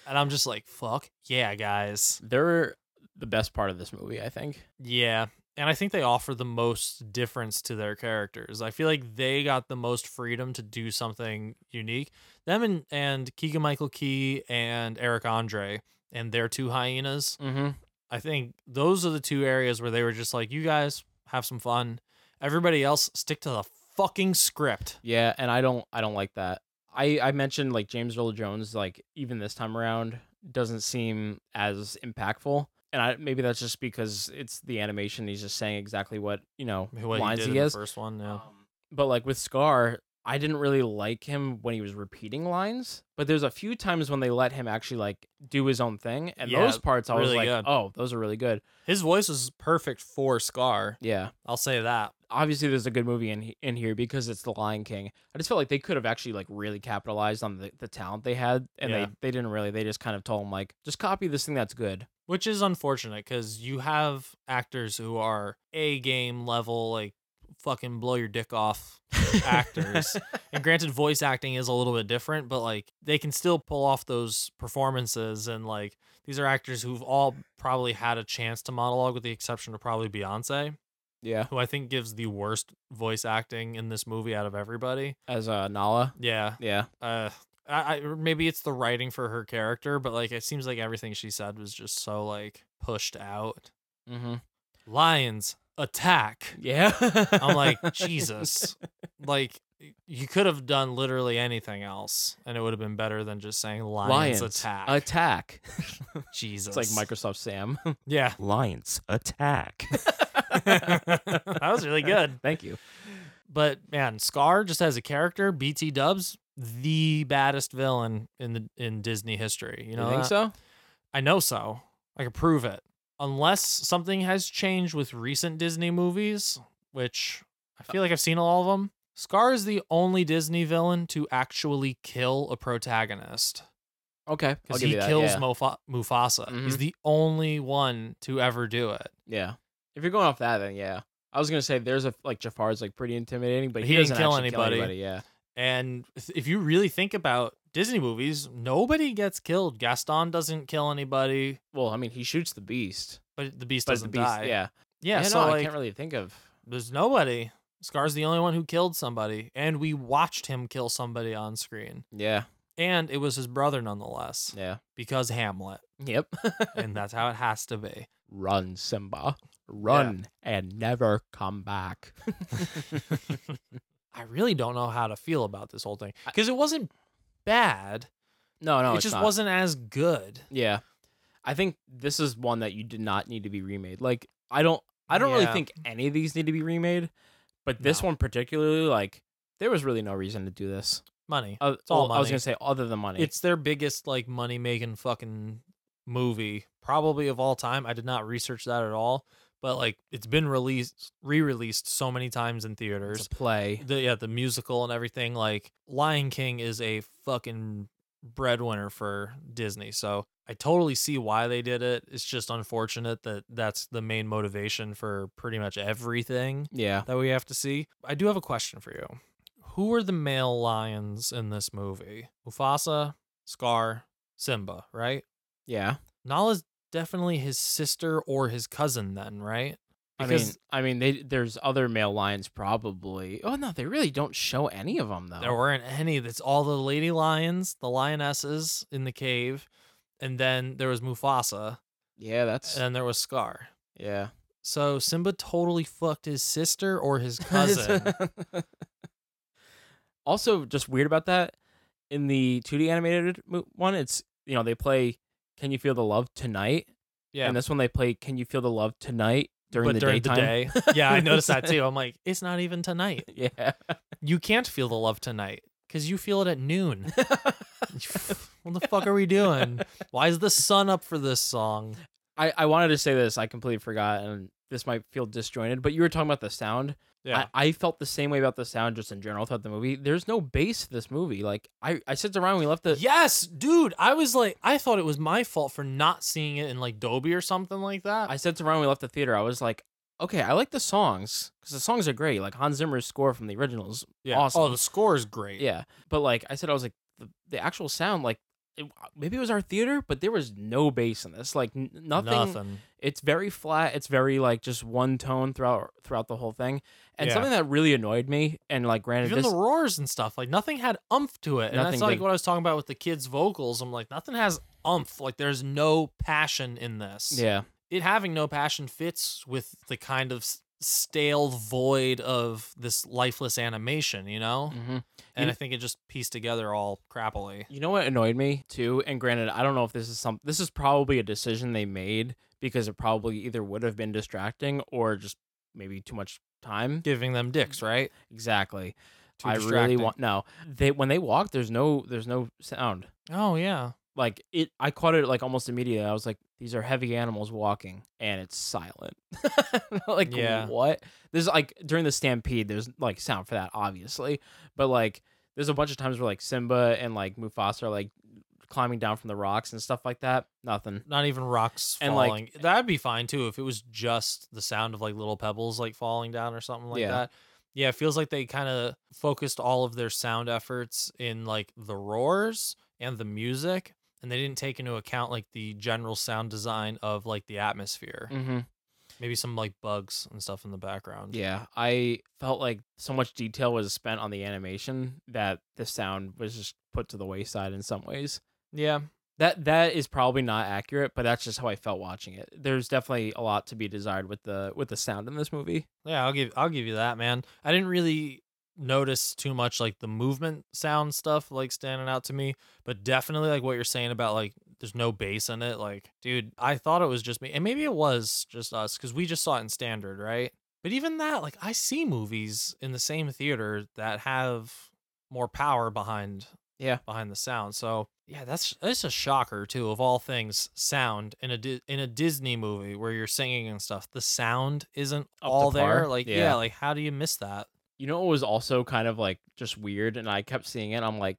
[SPEAKER 6] and I'm just like, fuck yeah, guys.
[SPEAKER 7] they're the best part of this movie, I think.
[SPEAKER 6] Yeah. And I think they offer the most difference to their characters. I feel like they got the most freedom to do something unique. Them and, and Keegan Michael Key and Eric Andre and their two hyenas.
[SPEAKER 7] Mm-hmm.
[SPEAKER 6] I think those are the two areas where they were just like, you guys have some fun. Everybody else stick to the fucking script.
[SPEAKER 7] Yeah, and I don't I don't like that. I I mentioned like James Earl Jones like even this time around doesn't seem as impactful. And I maybe that's just because it's the animation he's just saying exactly what, you know,
[SPEAKER 6] What
[SPEAKER 7] lines
[SPEAKER 6] he did
[SPEAKER 7] he,
[SPEAKER 6] in
[SPEAKER 7] has.
[SPEAKER 6] the first one. Yeah.
[SPEAKER 7] Um, but like with Scar, I didn't really like him when he was repeating lines, but there's a few times when they let him actually like do his own thing, and
[SPEAKER 6] Yeah,
[SPEAKER 7] those parts I was
[SPEAKER 6] really
[SPEAKER 7] like,
[SPEAKER 6] good.
[SPEAKER 7] "Oh, those are really good."
[SPEAKER 6] His voice is perfect for Scar.
[SPEAKER 7] Yeah.
[SPEAKER 6] I'll say that.
[SPEAKER 7] obviously there's a good movie in he- in here because it's the Lion King. I just felt like they could have actually like really capitalized on the, the talent they had, and
[SPEAKER 6] Yeah.
[SPEAKER 7] they they didn't really. They just kind of told him like, just copy this thing that's good.
[SPEAKER 6] which is unfortunate because you have actors who are a game level like fucking blow your dick off actors and granted voice acting is a little bit different but like they can still pull off those performances and like these are actors who've all probably had a chance to monologue with the exception of probably beyonce
[SPEAKER 7] Yeah,
[SPEAKER 6] who i think gives the worst voice acting in this movie out of everybody
[SPEAKER 7] as uh, Nala.
[SPEAKER 6] yeah
[SPEAKER 7] Yeah,
[SPEAKER 6] uh I, I or maybe it's the writing for her character but like it seems like everything she said was just so like pushed out
[SPEAKER 7] mm-hmm.
[SPEAKER 6] lions attack.
[SPEAKER 7] [LAUGHS] yeah. [LAUGHS]
[SPEAKER 6] I'm like, Jesus. Like, you could have done literally anything else, and it would have been better than just saying lions,
[SPEAKER 7] Lions
[SPEAKER 6] attack.
[SPEAKER 7] attack.
[SPEAKER 6] Jesus.
[SPEAKER 7] it's like Microsoft Sam.
[SPEAKER 6] [LAUGHS]
[SPEAKER 7] [LAUGHS]
[SPEAKER 6] Yeah.
[SPEAKER 7] Lions attack.
[SPEAKER 6] that was really good.
[SPEAKER 7] [LAUGHS] Thank you.
[SPEAKER 6] But man, Scar just as a character, BT Dubs, the baddest villain in the in Disney history. You
[SPEAKER 7] You,
[SPEAKER 6] know,
[SPEAKER 7] think
[SPEAKER 6] that?
[SPEAKER 7] so?
[SPEAKER 6] I know so. I can prove it. Unless something has changed with recent Disney movies, which I feel like I've seen all of them. Scar is the only Disney villain to actually kill a protagonist
[SPEAKER 7] Okay, I'll
[SPEAKER 6] because
[SPEAKER 7] give
[SPEAKER 6] he
[SPEAKER 7] you that.
[SPEAKER 6] kills
[SPEAKER 7] yeah.
[SPEAKER 6] Mofa- Mufasa. He's
[SPEAKER 7] Mhm.
[SPEAKER 6] the only one to ever do it.
[SPEAKER 7] yeah, if you're going off that, then yeah. I was gonna say there's a like Jafar's like pretty intimidating, but
[SPEAKER 6] But
[SPEAKER 7] he,
[SPEAKER 6] he didn't
[SPEAKER 7] doesn't
[SPEAKER 6] kill
[SPEAKER 7] actually
[SPEAKER 6] anybody.
[SPEAKER 7] anybody. Yeah.
[SPEAKER 6] And if- if you really think about Disney movies, nobody gets killed. Gaston doesn't kill anybody,
[SPEAKER 7] Well, I mean, he shoots the beast,
[SPEAKER 6] but the beast
[SPEAKER 7] but
[SPEAKER 6] doesn't
[SPEAKER 7] the beast,
[SPEAKER 6] die.
[SPEAKER 7] yeah,
[SPEAKER 6] yeah.
[SPEAKER 7] no,
[SPEAKER 6] so
[SPEAKER 7] I
[SPEAKER 6] like,
[SPEAKER 7] can't really think of.
[SPEAKER 6] There's nobody. Scar's the only one who killed somebody, and we watched him kill somebody on screen.
[SPEAKER 7] Yeah,
[SPEAKER 6] And it was his brother, nonetheless,
[SPEAKER 7] yeah,
[SPEAKER 6] because Hamlet,
[SPEAKER 7] yep. [LAUGHS]
[SPEAKER 6] and that's how it has to be.
[SPEAKER 7] Run, Simba, run and never come
[SPEAKER 6] [LAUGHS]
[SPEAKER 7] back. [LAUGHS]
[SPEAKER 6] I really don't know how to feel about this whole thing because it wasn't bad.
[SPEAKER 7] No, no,
[SPEAKER 6] it
[SPEAKER 7] it's
[SPEAKER 6] just
[SPEAKER 7] not.
[SPEAKER 6] wasn't as good.
[SPEAKER 7] Yeah, I think this is one that you did not need to be remade. Like, I don't, I don't really
[SPEAKER 6] Yeah.
[SPEAKER 7] think any of these need to be remade, but this
[SPEAKER 6] No.
[SPEAKER 7] one particularly, like, there was really no reason to do this.
[SPEAKER 6] Money.
[SPEAKER 7] Uh,
[SPEAKER 6] all
[SPEAKER 7] well, I was
[SPEAKER 6] money.
[SPEAKER 7] gonna say other than money.
[SPEAKER 6] It's their biggest like money making fucking movie probably of all time. I did not research that at all, but like it's been released, re-released so many times in theaters.
[SPEAKER 7] it's a play.
[SPEAKER 6] the yeah the musical and everything like lion king is a fucking breadwinner for disney so i totally see why they did it it's just unfortunate that that's the main motivation for pretty much everything
[SPEAKER 7] Yeah.
[SPEAKER 6] that we have to see i do have a question for you who are the male lions in this movie mufasa scar simba right
[SPEAKER 7] Yeah.
[SPEAKER 6] nala's definitely his sister or his cousin then right because
[SPEAKER 7] I mean, I mean, they there's other male lions probably. Oh no, they really don't show any of them though.
[SPEAKER 6] There weren't any. That's all the lady lions, the lionesses in the cave, and then there was Mufasa,
[SPEAKER 7] yeah, that's
[SPEAKER 6] and then there was Scar.
[SPEAKER 7] yeah. [LAUGHS]
[SPEAKER 6] So Simba totally fucked his sister
[SPEAKER 7] [LAUGHS]
[SPEAKER 6] or his
[SPEAKER 7] uh,
[SPEAKER 6] cousin.
[SPEAKER 7] also, just weird about that in the 2D animated mo- one, it's you know they play "Can You Feel the Love Tonight,"
[SPEAKER 6] yeah,
[SPEAKER 7] and this one they play "Can You Feel the Love Tonight during
[SPEAKER 6] but
[SPEAKER 7] the
[SPEAKER 6] during
[SPEAKER 7] daytime.
[SPEAKER 6] the day, yeah, I noticed that too. I'm like, it's not even tonight.
[SPEAKER 7] [LAUGHS] Yeah.
[SPEAKER 6] You can't feel the love tonight because you feel it
[SPEAKER 7] [LAUGHS]
[SPEAKER 6] at noon. what the fuck are we doing? Why is the sun up for this song?
[SPEAKER 7] I, I wanted to say this. I completely forgot, and this might feel disjointed, but you were talking about the sound.
[SPEAKER 6] Yeah,
[SPEAKER 7] I, I felt the same way about the sound just in general throughout the movie. There's no bass to this movie. Like I, I said to Ryan, we left the
[SPEAKER 6] yes, dude. I was like, I thought it was my fault for not seeing it in like Dolby or something like that.
[SPEAKER 7] I said to Ryan, we left the theater. I was like, okay, I like the songs because the songs are great. Like Hans Zimmer's score from the original is
[SPEAKER 6] yeah.
[SPEAKER 7] awesome.
[SPEAKER 6] Oh, the score is great.
[SPEAKER 7] yeah, but like I said, I was like the, the actual sound, like it, uh, maybe it was our theater, but there was no bass in this. Like n-
[SPEAKER 6] Nothing.
[SPEAKER 7] it's very flat it's very like just one tone throughout throughout the whole thing and
[SPEAKER 6] Yeah.
[SPEAKER 7] something that really annoyed me and like granted
[SPEAKER 6] Even
[SPEAKER 7] this
[SPEAKER 6] the roars and stuff, like nothing had umph to it. And
[SPEAKER 7] Nothing
[SPEAKER 6] that's like
[SPEAKER 7] did.
[SPEAKER 6] what I was talking about with the kids' vocals. I'm like, nothing has umph. Like there's no passion in this.
[SPEAKER 7] yeah
[SPEAKER 6] It having no passion fits with the kind of s- stale void of this lifeless animation, you know?
[SPEAKER 7] hmm
[SPEAKER 6] And
[SPEAKER 7] You-
[SPEAKER 6] I think it just pieced together all crappily.
[SPEAKER 7] you know what annoyed me too and granted i don't know if this is some this is probably a decision they made because it probably either would have been distracting or just maybe too much time
[SPEAKER 6] Giving them dicks, right?
[SPEAKER 7] exactly
[SPEAKER 6] Too
[SPEAKER 7] i really
[SPEAKER 6] distracting.
[SPEAKER 7] want no they when they walk there's no there's no sound
[SPEAKER 6] Oh yeah.
[SPEAKER 7] like it i caught it like almost immediately i was like these are heavy animals walking and it's silent [LAUGHS] like
[SPEAKER 6] Yeah.
[SPEAKER 7] what there's like during the stampede there's like sound for that obviously but like there's a bunch of times where like simba and like mufasa are like climbing down from the rocks and stuff like that nothing
[SPEAKER 6] Not even rocks
[SPEAKER 7] And, like-
[SPEAKER 6] falling. That'd be fine too if it was just the sound of like little pebbles like falling down or something like
[SPEAKER 7] Yeah.
[SPEAKER 6] that. Yeah, it feels like they kind of focused all of their sound efforts in like the roars and the music, and they didn't take into account like the general sound design of like the atmosphere.
[SPEAKER 7] mm-hmm.
[SPEAKER 6] Maybe some like bugs and stuff in the background.
[SPEAKER 7] yeah i felt like so much detail was spent on the animation that the sound was just put to the wayside in some ways
[SPEAKER 6] Yeah.
[SPEAKER 7] That that is probably not accurate, but that's just how I felt watching it. There's definitely a lot to be desired with the with the sound in this movie.
[SPEAKER 6] Yeah, I'll give I'll give you that, man. I didn't really notice too much like the movement sound stuff like standing out to me, but definitely like what you're saying about like there's no bass in it. Like, dude, I thought it was just me, and maybe it was just us because we just saw it in standard, right? But even that, like, I see movies in the same theater that have more power behind
[SPEAKER 7] Yeah.
[SPEAKER 6] behind the sound. So yeah, that's that's a shocker too. Of all things, sound in a Di- in a Disney movie where you're singing and stuff, the sound isn't
[SPEAKER 7] to
[SPEAKER 6] all there.
[SPEAKER 7] par?
[SPEAKER 6] Like yeah.
[SPEAKER 7] Yeah.
[SPEAKER 6] like how do you miss that?
[SPEAKER 7] You know, it was also kind of like just weird, and I kept seeing it. I'm like,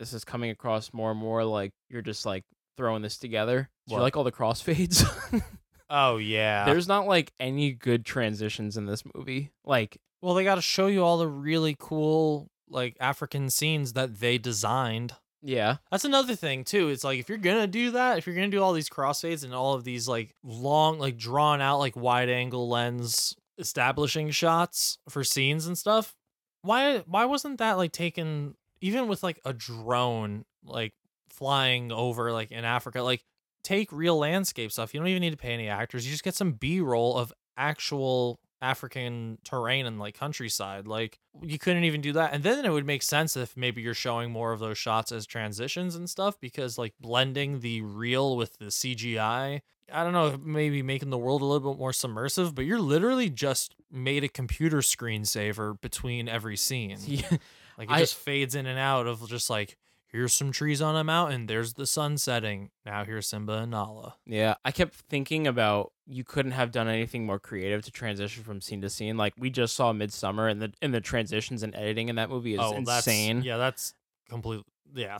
[SPEAKER 7] this is coming across more and more like you're just like throwing this together. Do you
[SPEAKER 6] What?
[SPEAKER 7] like all the crossfades? [LAUGHS]
[SPEAKER 6] Oh yeah.
[SPEAKER 7] There's not like any good transitions in this movie. Like,
[SPEAKER 6] well, they got to show you all the really cool like African scenes that they designed.
[SPEAKER 7] yeah,
[SPEAKER 6] That's another thing too. It's like if you're gonna do that, if you're gonna do all these crossfades and all of these like long, like drawn out, like wide angle lens establishing shots for scenes and stuff, why why wasn't that like taken even with like a drone like flying over like in Africa? Like take real landscape stuff. You don't even need to pay any actors. You just get some B roll of actual African terrain and like countryside. Like you couldn't even do that. And then it would make sense if maybe you're showing more of those shots as transitions and stuff because like blending the real with the CGI. I don't know, maybe making the world a little bit more submersive, but you're literally just made a computer screensaver between every scene.
[SPEAKER 7] [LAUGHS] yeah.
[SPEAKER 6] Like it
[SPEAKER 7] I-
[SPEAKER 6] just fades in and out of just like here's some trees on a mountain, there's the sun setting. Now here's Simba and Nala.
[SPEAKER 7] Yeah, I kept thinking about you couldn't have done anything more creative to transition from scene to scene. Like we just saw Midsummer, and the and the transitions and editing in that movie is
[SPEAKER 6] oh, well,
[SPEAKER 7] insane.
[SPEAKER 6] That's, yeah, that's completely yeah.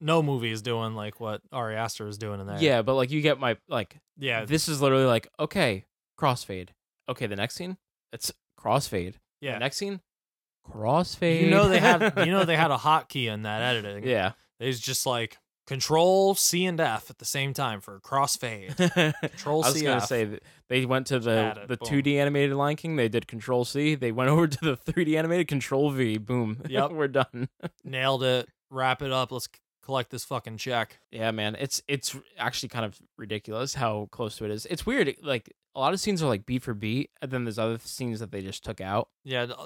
[SPEAKER 6] No movie is doing like what Ari Aster is doing in there.
[SPEAKER 7] Yeah, but like you get my like
[SPEAKER 6] yeah,
[SPEAKER 7] this is literally like okay crossfade. Okay, the next scene it's crossfade.
[SPEAKER 6] yeah.
[SPEAKER 7] The next scene crossfade.
[SPEAKER 6] You know they had you know they had a hotkey in that
[SPEAKER 7] [LAUGHS]
[SPEAKER 6] editing.
[SPEAKER 7] yeah.
[SPEAKER 6] they just like Control C and F at the same time
[SPEAKER 7] [LAUGHS]
[SPEAKER 6] for crossfade. [LAUGHS] Control
[SPEAKER 7] I was
[SPEAKER 6] C.
[SPEAKER 7] gonna
[SPEAKER 6] F.
[SPEAKER 7] say that they went to
[SPEAKER 6] Add
[SPEAKER 7] the
[SPEAKER 6] it,
[SPEAKER 7] the
[SPEAKER 6] boom.
[SPEAKER 7] two D animated Lion King. They did Control C. They went [LAUGHS] over to the three D animated Control V. Boom. [LAUGHS]
[SPEAKER 6] Yep.
[SPEAKER 7] we're done.
[SPEAKER 6] nailed it. Wrap it up. Let's c- collect this fucking check.
[SPEAKER 7] Yeah, man, it's it's actually kind of ridiculous how close to it is. It's weird. it- Like a lot of scenes are like beat for beat, and then there's other scenes that they just took out.
[SPEAKER 6] Yeah, th-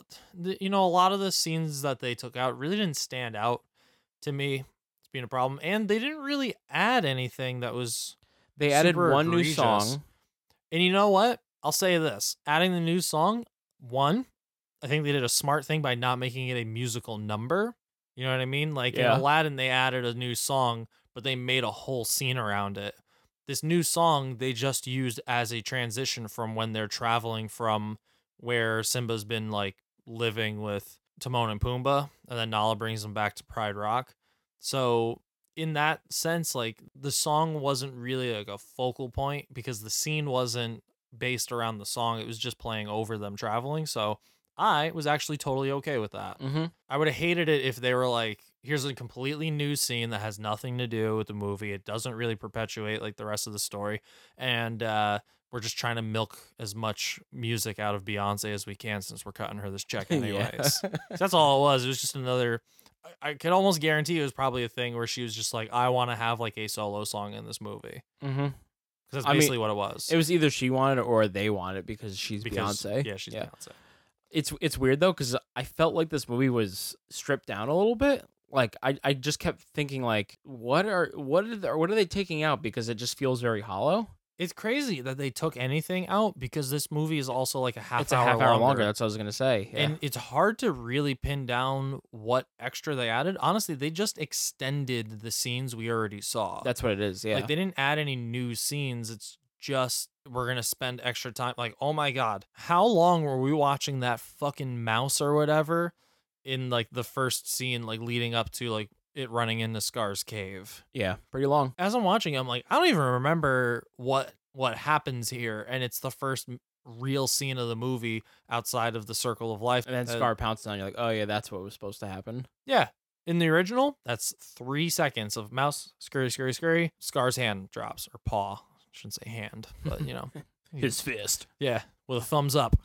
[SPEAKER 6] th- you know, a lot of the scenes that they took out really didn't stand out to me as being a problem, and they didn't really add anything that was.
[SPEAKER 7] They added
[SPEAKER 6] Super
[SPEAKER 7] one new
[SPEAKER 6] egregious.
[SPEAKER 7] song.
[SPEAKER 6] And you know what? I'll say this: adding the new song, one, I think they did a smart thing by not making it a musical number. You know what I mean? Like
[SPEAKER 7] Yeah.
[SPEAKER 6] in Aladdin, they added a new song, but they made a whole scene around it. This new song they just used as a transition from when they're traveling from where Simba's been like living with Timon and Pumbaa, and then Nala brings them back to Pride Rock. So in that sense, like the song wasn't really like a focal point because the scene wasn't based around the song. It was just playing over them traveling. So I was actually totally okay with that.
[SPEAKER 7] Mm-hmm.
[SPEAKER 6] I would have hated it if they were like, here's a completely new scene that has nothing to do with the movie. It doesn't really perpetuate like the rest of the story. And uh, we're just trying to milk as much music out of Beyonce as we can since we're cutting her
[SPEAKER 7] [LAUGHS]
[SPEAKER 6] this check anyways. So that's all it was. It was just another. I, I could almost guarantee it was probably a thing where she was just like, I want to have like a solo song in this movie.
[SPEAKER 7] mm-hmm.
[SPEAKER 6] 'Cause that's
[SPEAKER 7] I mean,
[SPEAKER 6] basically what it was.
[SPEAKER 7] It was either she wanted it or they wanted it because she's
[SPEAKER 6] Because-
[SPEAKER 7] Beyonce.
[SPEAKER 6] Yeah, she's Beyonce.
[SPEAKER 7] It's it's weird though because I felt like this movie was stripped down a little bit. Like I, I just kept thinking like what are what are they, what are they taking out because it just feels very hollow.
[SPEAKER 6] It's crazy that they took anything out because this movie is also like a half
[SPEAKER 7] it's a
[SPEAKER 6] hour
[SPEAKER 7] half hour longer.
[SPEAKER 6] longer.
[SPEAKER 7] That's what I was gonna say. Yeah.
[SPEAKER 6] And it's hard to really pin down what extra they added. Honestly, they just extended the scenes we already saw.
[SPEAKER 7] that's what it is. Yeah.
[SPEAKER 6] uh, Like they didn't add any new scenes. It's just we're gonna spend extra time. Like, oh my god, how long were we watching that fucking mouse or whatever in like the first scene, like leading up to like it running into Scar's cave?
[SPEAKER 7] yeah. Pretty long.
[SPEAKER 6] As I'm watching, it, I'm like, I don't even remember what what happens here, and it's the first m- real scene of the movie outside of the circle of life.
[SPEAKER 7] And then
[SPEAKER 6] Uh,
[SPEAKER 7] Scar pounces on you like oh yeah that's what was supposed to happen.
[SPEAKER 6] yeah. In the original, that's three seconds of mouse scurry, scurry, scurry. Scar's hand drops or paw. shouldn't say hand, but
[SPEAKER 7] [LAUGHS]
[SPEAKER 6] you know,
[SPEAKER 7] [LAUGHS] His fist.
[SPEAKER 6] yeah, with a thumbs up.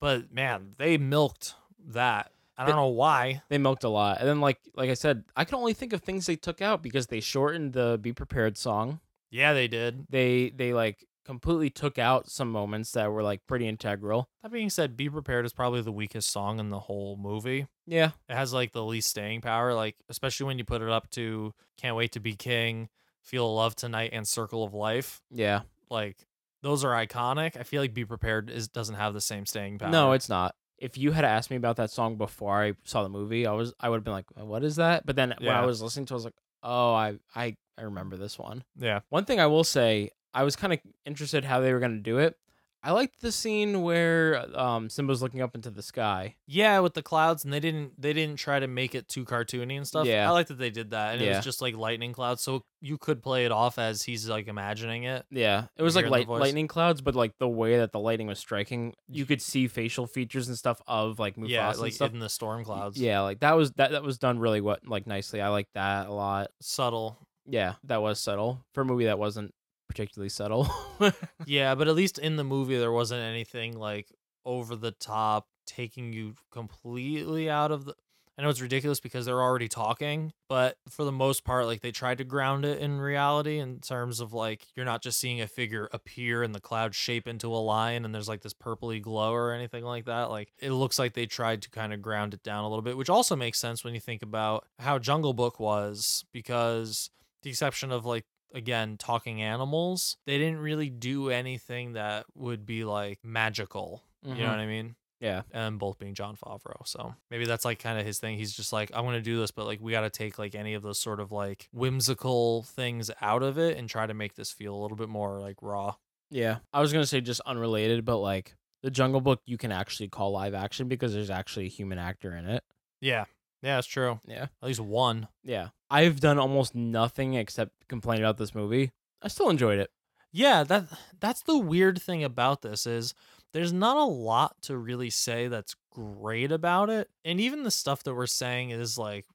[SPEAKER 6] But man, they milked that. I don't know why.
[SPEAKER 7] [LAUGHS] They milked a lot. And then like like I said, I can only think of things they took out because they shortened the Be Prepared song.
[SPEAKER 6] Yeah, they did.
[SPEAKER 7] They they like completely took out some moments that were like pretty integral.
[SPEAKER 6] That being said, "Be Prepared" is probably the weakest song in the whole movie.
[SPEAKER 7] Yeah.
[SPEAKER 6] It has like the least staying power, like especially when you put it up to "Can't Wait to Be King," "Feel Love Tonight," and "Circle of Life."
[SPEAKER 7] Yeah.
[SPEAKER 6] like those are iconic. I feel like Be Prepared is doesn't have the same staying power.
[SPEAKER 7] No, it's not. If you had asked me about that song before I saw the movie, I was I would have been like, "What is that?" But then when I
[SPEAKER 6] Yeah.
[SPEAKER 7] was listening to it, I was like, "Oh, I I I remember this one."
[SPEAKER 6] yeah.
[SPEAKER 7] One thing I will say, I was kind of interested how they were going to do it. I liked the scene where um, Simba's looking up into the sky.
[SPEAKER 6] Yeah, with the clouds and they didn't they didn't try to make it too cartoony and stuff.
[SPEAKER 7] Yeah.
[SPEAKER 6] I like that they did that. And it
[SPEAKER 7] Yeah.
[SPEAKER 6] was just like lightning clouds, so you could play it off as he's like imagining it.
[SPEAKER 7] Yeah, it was
[SPEAKER 6] You
[SPEAKER 7] like
[SPEAKER 6] hearing the
[SPEAKER 7] light,
[SPEAKER 6] voice?
[SPEAKER 7] lightning clouds, but like the way that the lightning was striking, you could see facial features and stuff of like Mufasa
[SPEAKER 6] yeah,
[SPEAKER 7] and
[SPEAKER 6] like
[SPEAKER 7] stuff.
[SPEAKER 6] in the storm clouds.
[SPEAKER 7] Yeah, like that was that that was done really what like nicely. I like that a lot.
[SPEAKER 6] Subtle.
[SPEAKER 7] Yeah, that was subtle for a movie that wasn't particularly [LAUGHS] subtle. Mm-hmm.
[SPEAKER 6] Yeah, but at least in the movie there wasn't anything like over the top taking you completely out of the I know it's ridiculous because they're already talking, but for the most part like they tried to ground it in reality in terms of like you're not just seeing a figure appear in the cloud shape into a line and there's like this purpley glow or anything like that. Like it looks like they tried to kind of ground it down a little bit, which also makes sense when you think about how Jungle Book was because the exception of like again talking animals they didn't really do anything that would be like magical you
[SPEAKER 7] Mhm.
[SPEAKER 6] know what i mean
[SPEAKER 7] Yeah.
[SPEAKER 6] and both being john favreau so maybe that's like kind of his thing he's just like i want to do this but like we got to take like any of those sort of like whimsical things out of it and try to make this feel a little bit more like raw
[SPEAKER 7] yeah, I was gonna say just unrelated, but like the Jungle Book, you can actually call live action because there's actually a human actor in it.
[SPEAKER 6] yeah yeah it's true
[SPEAKER 7] Yeah.
[SPEAKER 6] at least one
[SPEAKER 7] Yeah, I've done almost nothing except complain about this movie. I still enjoyed it.
[SPEAKER 6] yeah that that's the weird thing about this is there's not a lot to really say that's great about it and even the stuff that we're saying is like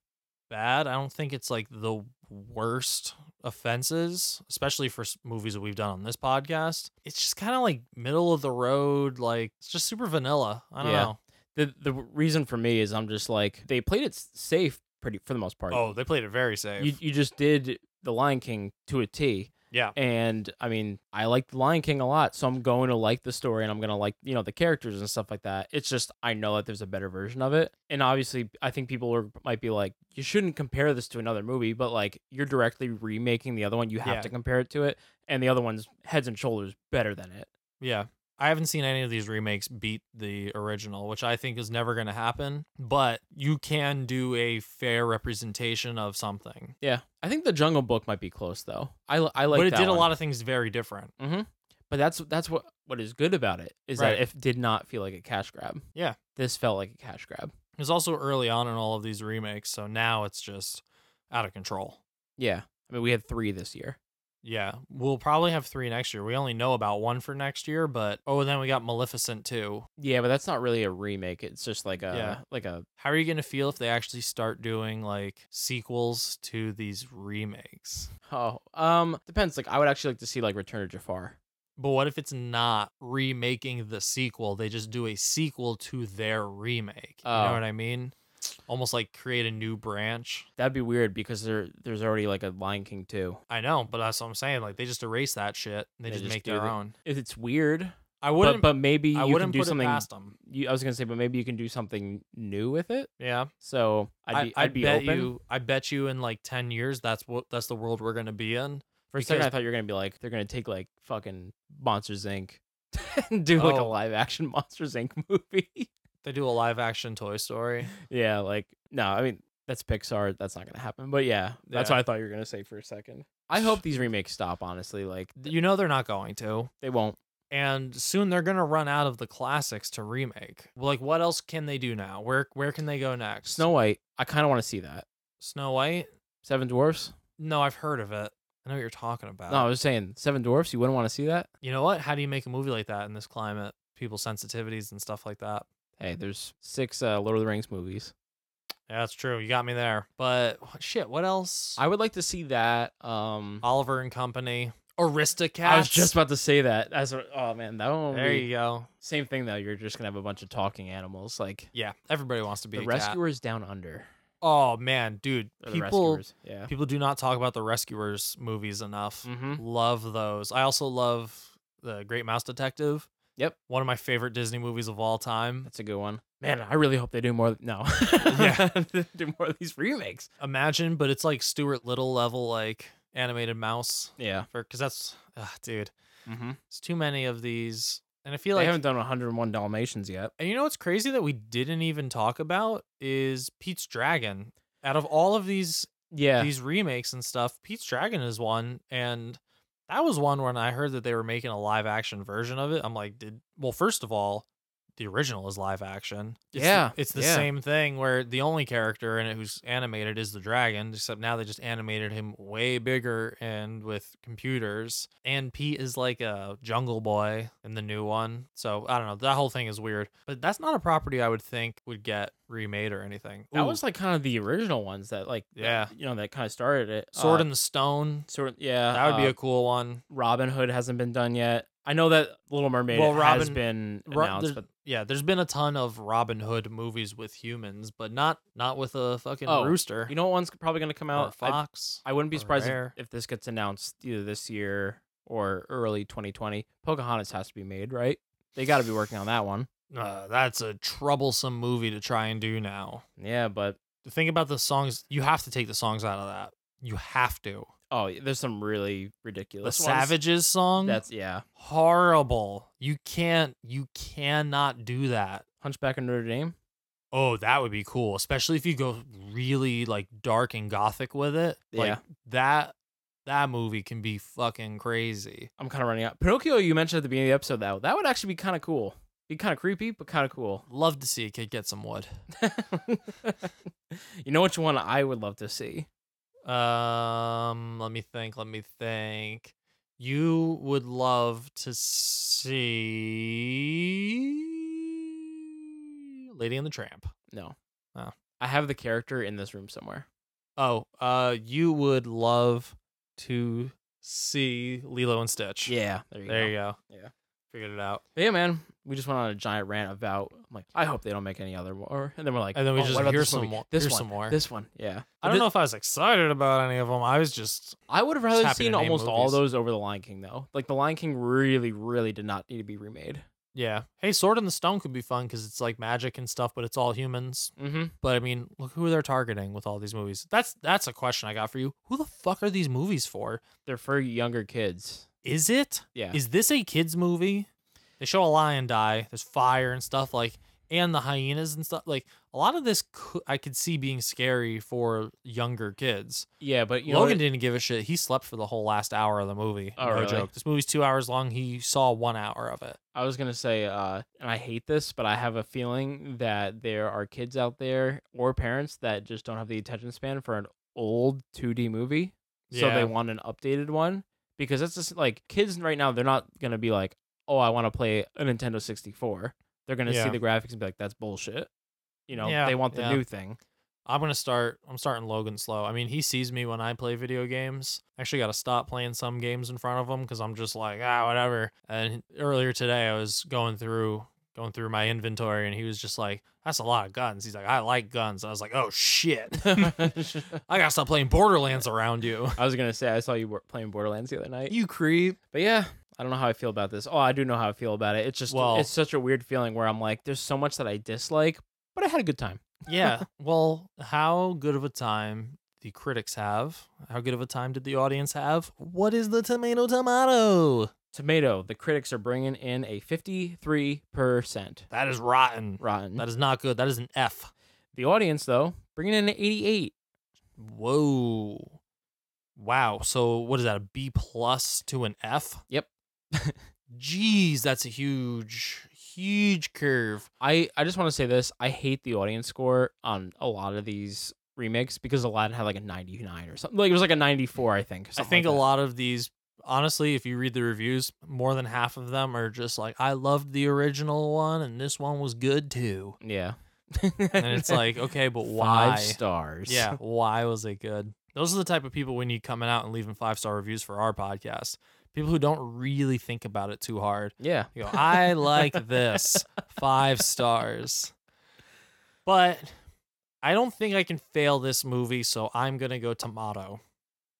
[SPEAKER 6] bad i don't think it's like the worst offenses especially for s- movies that we've done on this podcast it's just kind of like middle of the road like it's just super vanilla i don't
[SPEAKER 7] Yeah.
[SPEAKER 6] know
[SPEAKER 7] the The reason for me is I'm just like they played it s- safe pretty for the most part.
[SPEAKER 6] oh they played it very safe
[SPEAKER 7] you you just did the Lion King to a T.
[SPEAKER 6] Yeah.
[SPEAKER 7] And I mean, I like The Lion King a lot, so I'm going to like the story and I'm going to like, you know, the characters and stuff like that. It's just I know that there's a better version of it. And obviously, I think people are, might be like, you shouldn't compare this to another movie, but like you're directly remaking the other one, you have
[SPEAKER 6] Yeah.
[SPEAKER 7] to compare it to it, and the other one's heads and shoulders better than it.
[SPEAKER 6] Yeah. I haven't seen any of these remakes beat the original, which I think is never going to happen, but you can do a fair representation of something.
[SPEAKER 7] Yeah. I think The Jungle Book might be close though. I li- I like
[SPEAKER 6] but it
[SPEAKER 7] that
[SPEAKER 6] did
[SPEAKER 7] one.
[SPEAKER 6] a lot of things very different.
[SPEAKER 7] Mm-hmm. But that's that's what what is good about it is
[SPEAKER 6] Right.
[SPEAKER 7] that it did not feel like a cash grab.
[SPEAKER 6] Yeah.
[SPEAKER 7] This felt like a cash grab.
[SPEAKER 6] It was also early on in all of these remakes, so now it's just out of control.
[SPEAKER 7] Yeah. I mean, we had three this year.
[SPEAKER 6] Yeah, we'll probably have three next year. We only know about one for next year, but oh, then we got Maleficent too.
[SPEAKER 7] Yeah, but that's not really a remake. It's just like a
[SPEAKER 6] Yeah.
[SPEAKER 7] like a
[SPEAKER 6] How are you gonna feel if they actually start doing like sequels to these remakes?
[SPEAKER 7] oh um depends. Like I would actually like to see like Return of Jafar.
[SPEAKER 6] But what if it's not remaking the sequel? They just do a sequel to their remake. You know
[SPEAKER 7] Oh.
[SPEAKER 6] what I mean? Almost like create a new branch.
[SPEAKER 7] That'd be weird because there there's already like a Lion King too.
[SPEAKER 6] I know, but that's what I'm saying. Like they just erase that shit. and They, just, make
[SPEAKER 7] do
[SPEAKER 6] their
[SPEAKER 7] the-
[SPEAKER 6] own.
[SPEAKER 7] It- It's weird.
[SPEAKER 6] I
[SPEAKER 7] But,
[SPEAKER 6] wouldn't.
[SPEAKER 7] but maybe
[SPEAKER 6] I
[SPEAKER 7] you
[SPEAKER 6] wouldn't
[SPEAKER 7] can do
[SPEAKER 6] put
[SPEAKER 7] something.
[SPEAKER 6] it past them.
[SPEAKER 7] You, I was gonna say, but maybe you can do something new with it.
[SPEAKER 6] Yeah.
[SPEAKER 7] So I'd be,
[SPEAKER 6] I,
[SPEAKER 7] I'd be
[SPEAKER 6] bet
[SPEAKER 7] open.
[SPEAKER 6] you. I bet you in like ten years, that's what that's the world we're gonna be in.
[SPEAKER 7] For a second,
[SPEAKER 6] Because-
[SPEAKER 7] I thought you were gonna be like, they're gonna take like fucking Monsters Inc. [LAUGHS] and do like a
[SPEAKER 6] Oh.
[SPEAKER 7] live action [LAUGHS] Monsters Inc. movie.
[SPEAKER 6] They do a live action
[SPEAKER 7] [LAUGHS]
[SPEAKER 6] Toy Story.
[SPEAKER 7] yeah, like no, I mean that's Pixar. That's not gonna happen. But yeah, that's
[SPEAKER 6] Yeah.
[SPEAKER 7] what I thought you were gonna say for a second. I hope these remakes stop. Honestly, like th-
[SPEAKER 6] You know they're not going to,
[SPEAKER 7] they won't.
[SPEAKER 6] and soon they're gonna run out of the classics to remake. Like, what else can they do now? Where where can they go next?
[SPEAKER 7] Snow White. I kind of want to see that.
[SPEAKER 6] Snow White.
[SPEAKER 7] Seven Dwarfs.
[SPEAKER 6] No, I've heard of it. I know what you're talking about.
[SPEAKER 7] No, I was saying Seven Dwarfs. You wouldn't want to see that.
[SPEAKER 6] you know what? How do you make a movie like that in this climate? People's sensitivities and stuff like that.
[SPEAKER 7] Hey, there's six uh, Lord of the Rings movies.
[SPEAKER 6] Yeah, that's true. You got me there. But shit, what else?
[SPEAKER 7] I would like to see that. Um,
[SPEAKER 6] Oliver and Company. Aristocats.
[SPEAKER 7] I was just about to say that. That's what, oh man, that one. would
[SPEAKER 6] There
[SPEAKER 7] be-
[SPEAKER 6] you go.
[SPEAKER 7] Same thing though. You're just gonna have a bunch of talking animals, like
[SPEAKER 6] Yeah, everybody wants to be
[SPEAKER 7] the
[SPEAKER 6] a cat.
[SPEAKER 7] rescuers down under.
[SPEAKER 6] Oh man, dude,
[SPEAKER 7] Or the
[SPEAKER 6] people
[SPEAKER 7] rescuers. Yeah.
[SPEAKER 6] people do not talk about the rescuers movies enough.
[SPEAKER 7] Mhm.
[SPEAKER 6] Love those. I also love the Great Mouse Detective.
[SPEAKER 7] Yep.
[SPEAKER 6] one of my favorite Disney movies of all time.
[SPEAKER 7] That's a good one. Man, I really hope they do more. No.
[SPEAKER 6] Yeah.
[SPEAKER 7] They [LAUGHS] do more of these remakes.
[SPEAKER 6] Imagine, but it's like Stuart Little level like animated mouse
[SPEAKER 7] Yeah.
[SPEAKER 6] for because that's ugh, dude,
[SPEAKER 7] Mm-hmm.
[SPEAKER 6] it's too many of these, and I feel
[SPEAKER 7] They
[SPEAKER 6] like
[SPEAKER 7] haven't done 101 Dalmatians yet.
[SPEAKER 6] And you know what's crazy that we didn't even talk about is Pete's Dragon. Out of all of these
[SPEAKER 7] Yeah.
[SPEAKER 6] these remakes and stuff, Pete's Dragon is one, and that was one when I heard that they were making a live action version of it. I'm like, did well, first of all, the original is live action. It's the-
[SPEAKER 7] Yeah,
[SPEAKER 6] it's the
[SPEAKER 7] yeah.
[SPEAKER 6] same thing where the only character in it who's animated is the dragon, except now they just animated him way bigger and with computers. And Pete is like a jungle boy in the new one. So I don't know. That whole thing is weird. But that's not a property I would think would get remade or anything.
[SPEAKER 7] that
[SPEAKER 6] Ooh,
[SPEAKER 7] was like kind of the original ones that like that-
[SPEAKER 6] Yeah.
[SPEAKER 7] you know that kind of started it.
[SPEAKER 6] Sword
[SPEAKER 7] Uh,
[SPEAKER 6] in the Stone.
[SPEAKER 7] Sword yeah.
[SPEAKER 6] That would be
[SPEAKER 7] uh,
[SPEAKER 6] a cool one.
[SPEAKER 7] Robin Hood hasn't been done yet. I know that Little Mermaid
[SPEAKER 6] Well,
[SPEAKER 7] has
[SPEAKER 6] Robin-
[SPEAKER 7] been
[SPEAKER 6] Ro-
[SPEAKER 7] announced,
[SPEAKER 6] there's-
[SPEAKER 7] but
[SPEAKER 6] yeah, there's been a ton of Robin Hood movies with humans, but not not with a fucking
[SPEAKER 7] Oh,
[SPEAKER 6] rooster
[SPEAKER 7] you know what one's probably going to come
[SPEAKER 6] or
[SPEAKER 7] out?
[SPEAKER 6] a
[SPEAKER 7] I-
[SPEAKER 6] fox.
[SPEAKER 7] I wouldn't be
[SPEAKER 6] or
[SPEAKER 7] surprised if,
[SPEAKER 6] rare.
[SPEAKER 7] if this gets announced either this year or early 2020. Pocahontas has to be made, right? They got to be working on that one.
[SPEAKER 6] Uh, that's a troublesome movie to try and do now.
[SPEAKER 7] Yeah, but
[SPEAKER 6] The thing about the songs, you have to take the songs out of that. You have to.
[SPEAKER 7] oh, there's some really
[SPEAKER 6] The
[SPEAKER 7] ridiculous ones.
[SPEAKER 6] Savages song,
[SPEAKER 7] That's yeah.
[SPEAKER 6] horrible. You can't. You cannot do that.
[SPEAKER 7] Hunchback of Notre Dame.
[SPEAKER 6] Oh, that would be cool, especially if you go really like dark and gothic with it. Like
[SPEAKER 7] Yeah.
[SPEAKER 6] that that movie can be fucking crazy.
[SPEAKER 7] I'm kind of running out. Pinocchio, you mentioned at the beginning of the episode that that would actually be kind of cool. Be kind of creepy, but kind of cool. [LAUGHS]
[SPEAKER 6] Love to see a kid get some wood.
[SPEAKER 7] you know which one I would love to see?
[SPEAKER 6] Um, let me think. Let me think. You would love to see Lady and the Tramp.
[SPEAKER 7] No.
[SPEAKER 6] Oh.
[SPEAKER 7] I have the character in this room somewhere.
[SPEAKER 6] Oh, uh, you would love to see Lilo and Stitch.
[SPEAKER 7] Yeah. There you
[SPEAKER 6] There
[SPEAKER 7] go.
[SPEAKER 6] you go.
[SPEAKER 7] Yeah.
[SPEAKER 6] Figured it out.
[SPEAKER 7] But yeah, man. we just went on a giant rant about. I'm like, I hope they don't make any other more. And then we're like,
[SPEAKER 6] And then we
[SPEAKER 7] "Oh,
[SPEAKER 6] just
[SPEAKER 7] what about
[SPEAKER 6] hear
[SPEAKER 7] this
[SPEAKER 6] some
[SPEAKER 7] movie?
[SPEAKER 6] more-
[SPEAKER 7] This
[SPEAKER 6] hear
[SPEAKER 7] one,
[SPEAKER 6] some more."
[SPEAKER 7] This one, yeah.
[SPEAKER 6] I don't know if I was excited about any of them. I was just
[SPEAKER 7] I would have
[SPEAKER 6] just
[SPEAKER 7] rather
[SPEAKER 6] happy to
[SPEAKER 7] seen
[SPEAKER 6] name
[SPEAKER 7] almost all
[SPEAKER 6] movies.
[SPEAKER 7] those over the Lion King though. Like the Lion King really, really did not need to be remade.
[SPEAKER 6] yeah. Hey, Sword in the Stone could be fun because it's like magic and stuff, but it's all humans.
[SPEAKER 7] Mm-hmm.
[SPEAKER 6] But I mean, look who they're targeting with all these movies. That's that's a question I got for you. Who the fuck are these movies for?
[SPEAKER 7] They're for younger kids.
[SPEAKER 6] Is it?
[SPEAKER 7] Yeah.
[SPEAKER 6] Is this a kids movie? They show a lion die. There's fire and stuff like, and the hyenas and stuff like. A lot of this cou- I could see being scary for younger kids.
[SPEAKER 7] yeah, but you know
[SPEAKER 6] Logan
[SPEAKER 7] what-
[SPEAKER 6] didn't give a shit. He slept for the whole last hour of the movie.
[SPEAKER 7] Oh,
[SPEAKER 6] no
[SPEAKER 7] really?
[SPEAKER 6] joke. This movie's two hours long. He saw one hour of it.
[SPEAKER 7] I was gonna say, uh, and I hate this, but I have a feeling that there are kids out there or parents that just don't have the attention span for an old 2D movie, so
[SPEAKER 6] Yeah.
[SPEAKER 7] they want an updated one because that's just like kids right now. They're not gonna be like, "Oh, I want to play a Nintendo 64." They're gonna
[SPEAKER 6] Yeah.
[SPEAKER 7] see the graphics and be like, "That's bullshit." You know,
[SPEAKER 6] Yeah,
[SPEAKER 7] they want the
[SPEAKER 6] yeah.
[SPEAKER 7] new
[SPEAKER 6] [LAUGHS]
[SPEAKER 7] thing. [LAUGHS]
[SPEAKER 6] I'm gonna start. I'm starting Logan slow. I mean, he sees me when I play video games. I actually got to stop playing some games in front of him because I'm just like ah whatever. And earlier today, I was going through going through my inventory, and he was just like, "That's a lot of guns." He's like, "I like guns." I was like, "Oh shit, [LAUGHS] I gotta stop playing Borderlands around you." [LAUGHS]
[SPEAKER 7] I was gonna say I saw you wor- playing Borderlands the other night.
[SPEAKER 6] You creep.
[SPEAKER 7] But yeah, I don't know how I feel about this. Oh, I do know how I feel about it. It's just
[SPEAKER 6] Well-
[SPEAKER 7] it's such a weird feeling where I'm like, there's so much that I dislike, but I had a good time.
[SPEAKER 6] Yeah. Well, how good of a time the critics have? How good of a time did the audience have? What is the tomato tomato?
[SPEAKER 7] Tomato, the critics are bringing in a 53%
[SPEAKER 6] That is rotten.
[SPEAKER 7] rotten.
[SPEAKER 6] That is not good. That is an F.
[SPEAKER 7] the audience though, bringing in an 88.
[SPEAKER 6] Whoa. Wow. So what is that? A B plus to an F?
[SPEAKER 7] Yep. [LAUGHS]
[SPEAKER 6] Jeez, that's a huge, huge curve.
[SPEAKER 7] I I just want to say this, I hate the audience score on a lot of these remakes because Aladdin had like a 99 or something. Like it was like a 94, I think.
[SPEAKER 6] I think a lot of these, honestly, if you read the reviews, more than half of them are just like, I loved the original one and this one was good too.
[SPEAKER 7] Yeah.
[SPEAKER 6] And it's
[SPEAKER 7] [LAUGHS]
[SPEAKER 6] like, okay, but why?
[SPEAKER 7] five stars.
[SPEAKER 6] Yeah, why was it good? Those are the type of people we need coming out and leaving five star reviews for our podcast. People who don't really think about it too hard.
[SPEAKER 7] Yeah.
[SPEAKER 6] You go, I like this. Five stars. But I don't think I can fail this movie, so I'm gonna go tomato.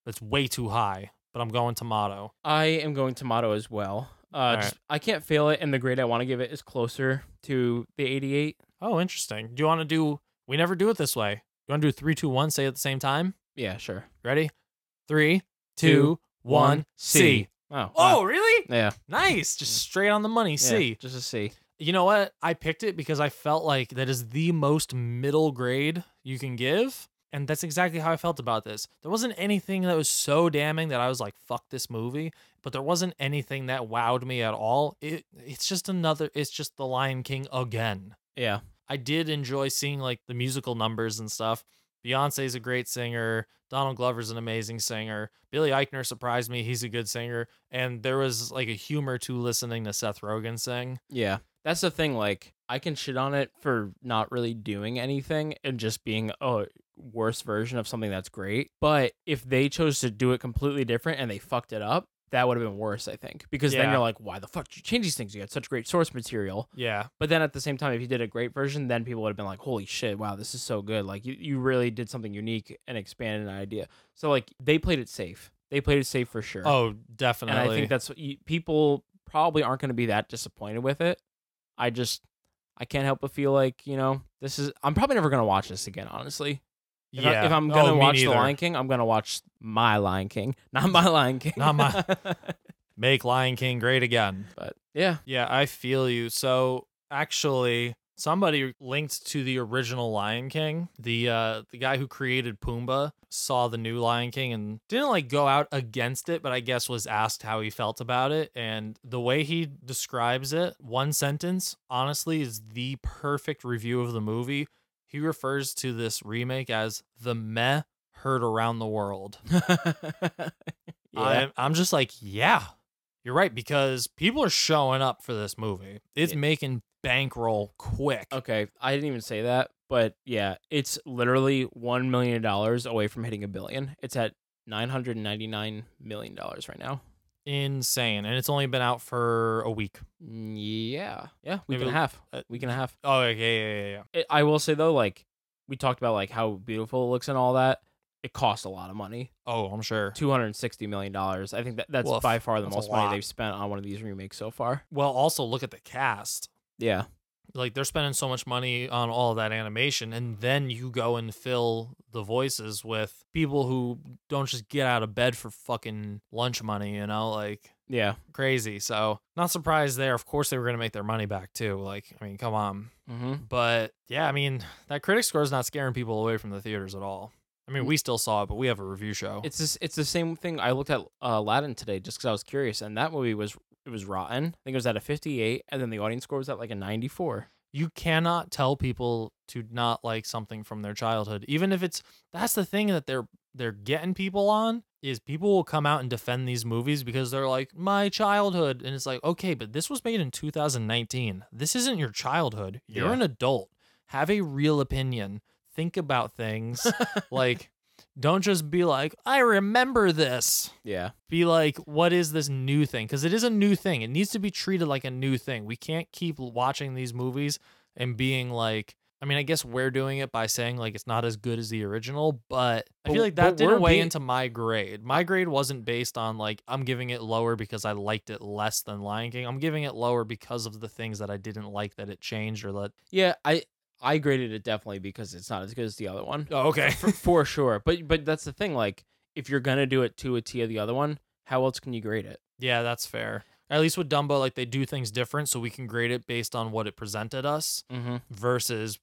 [SPEAKER 6] That's way too high, but I'm going tomato.
[SPEAKER 7] I am going tomato as well. Uh,
[SPEAKER 6] right.
[SPEAKER 7] just, I can't fail it, and the grade I want to give it is closer to the 88.
[SPEAKER 6] Oh, interesting. Do you wanna do we never do it this way. You wanna do three, two, one, say it at the same time?
[SPEAKER 7] Yeah, sure.
[SPEAKER 6] Ready? Three, two,
[SPEAKER 7] Two,
[SPEAKER 6] one, C.
[SPEAKER 7] Oh,
[SPEAKER 6] Oh,
[SPEAKER 7] wow.
[SPEAKER 6] really?
[SPEAKER 7] yeah,
[SPEAKER 6] Nice. Just straight on the money.
[SPEAKER 7] yeah,
[SPEAKER 6] C.
[SPEAKER 7] just a C.
[SPEAKER 6] You know what? I picked it because I felt like that is the most middle grade you can give. And that's exactly how I felt about this. There wasn't anything that was so damning that I was like, fuck this movie. But there wasn't anything that wowed me at all. It it's just another it's just the Lion King again.
[SPEAKER 7] Yeah,
[SPEAKER 6] I did enjoy seeing like the musical numbers and stuff. Beyonce's a great singer. Donald Glover's an amazing singer. Billy Eichner surprised me. He's a good singer. And there was like a humor to listening to Seth Rogen sing.
[SPEAKER 7] yeah. That's the thing. Like, I can shit on it for not really doing anything and just being a worse version of something that's great. But if they chose to do it completely different and they fucked it up, that would have been worse, I think. Because
[SPEAKER 6] Yeah.
[SPEAKER 7] then you're like, why the fuck did you change these things? You got such great source material.
[SPEAKER 6] Yeah.
[SPEAKER 7] But then at the same time, if you did a great version, then people would have been like, "Holy shit! Wow, this is so good! Like you, you really did something unique and expanded an idea." So like they played it safe. They played it safe for sure.
[SPEAKER 6] Oh,
[SPEAKER 7] and
[SPEAKER 6] definitely.
[SPEAKER 7] I think that's what you, people probably aren't going to be that disappointed with it. I just I can't help but feel like you know this is I'm probably never going to watch this again. Honestly, if, I, if I'm
[SPEAKER 6] Oh,
[SPEAKER 7] going to
[SPEAKER 6] me
[SPEAKER 7] watch
[SPEAKER 6] neither.
[SPEAKER 7] The Lion King, I'm going to watch my Lion King, [LAUGHS] not my Lion King,
[SPEAKER 6] Not my- make Lion King great again.
[SPEAKER 7] [LAUGHS] but yeah, [LAUGHS]
[SPEAKER 6] Yeah, I feel you. So actually, somebody linked to the original Lion King. The uh the guy who created Pumbaa saw the new Lion King and didn't like go out against it, but I guess was asked how he felt about it. And the way he describes it, one sentence, honestly, is the perfect review of the movie. He refers to this remake as the meh heard around the world.
[SPEAKER 7] Yeah.
[SPEAKER 6] I'm, I'm just like, yeah, you're right because people are showing up for this movie. It's
[SPEAKER 7] Yeah.
[SPEAKER 6] making bankroll quick.
[SPEAKER 7] Okay, I didn't even say that, but yeah, it's literally one million dollars away from hitting a billion. It's at nine hundred ninety nine million dollars right now.
[SPEAKER 6] insane, and it's only been out for a week.
[SPEAKER 7] Yeah. Yeah. Week
[SPEAKER 6] Mm, Maybe-
[SPEAKER 7] and a half.
[SPEAKER 6] uh,
[SPEAKER 7] week and a half.
[SPEAKER 6] Oh, yeah, yeah, yeah, yeah.
[SPEAKER 7] It, I will say though, like we talked about, like how beautiful it looks and all that. It costs a lot of money.
[SPEAKER 6] Oh, I'm sure.
[SPEAKER 7] Two hundred and sixty million dollars. I think that that's
[SPEAKER 6] Woof.
[SPEAKER 7] by far the
[SPEAKER 6] That's a
[SPEAKER 7] most money
[SPEAKER 6] lot.
[SPEAKER 7] they've spent on one of these remakes so far.
[SPEAKER 6] Well, also look at the cast.
[SPEAKER 7] Yeah.
[SPEAKER 6] Like they're spending so much money on all that animation, and then you go and fill the voices with people who don't just get out of bed for fucking lunch money. You know, like
[SPEAKER 7] Yeah.
[SPEAKER 6] crazy. So not surprised there. Of course, they were gonna make their money back too. Like, I mean, come on.
[SPEAKER 7] Mm-hmm.
[SPEAKER 6] But yeah, I mean, that critic score is not scaring people away from the theaters at all. I mean, we still saw it, but we have a review show.
[SPEAKER 7] Mm. It's this, it's the same thing. I looked at uh, Aladdin today just because I was curious, and that movie was it was rotten. I think it was at a fifty eight, and then the audience score was at like a ninety four.
[SPEAKER 6] you cannot tell people to not like something from their childhood, even if it's that's the thing that they're they're getting people on is people will come out and defend these movies because they're like my childhood and it's like okay but this was made in 2019 this isn't your childhood you're
[SPEAKER 7] Yeah.
[SPEAKER 6] an adult have a real opinion think about
[SPEAKER 7] [LAUGHS]
[SPEAKER 6] things like don't just be like i remember this
[SPEAKER 7] Yeah.
[SPEAKER 6] be like, what is this new thing? Because it is a new thing. It needs to be treated like a new thing. We can't keep l- watching these movies and being like, I mean, I guess we're doing it by saying like it's not as good as the original, but I
[SPEAKER 7] But-
[SPEAKER 6] feel like
[SPEAKER 7] but
[SPEAKER 6] that
[SPEAKER 7] we're
[SPEAKER 6] didn't weigh
[SPEAKER 7] being-
[SPEAKER 6] into my grade. My grade wasn't based on like I'm giving it lower because I liked it less than Lion King. I'm giving it lower because of the things that I didn't like that it changed or that.
[SPEAKER 7] Yeah. I I graded it definitely because it's not as good as the other [LAUGHS] one.
[SPEAKER 6] Oh, okay.
[SPEAKER 7] for, for sure. But but that's the thing. Like, if you're gonna do it to a T of the other one, how else can you grade it?
[SPEAKER 6] Yeah, that's fair. At least with Dumbo, like they do things different, so we can grade it based on what it presented us.
[SPEAKER 7] Mm-hmm.
[SPEAKER 6] versus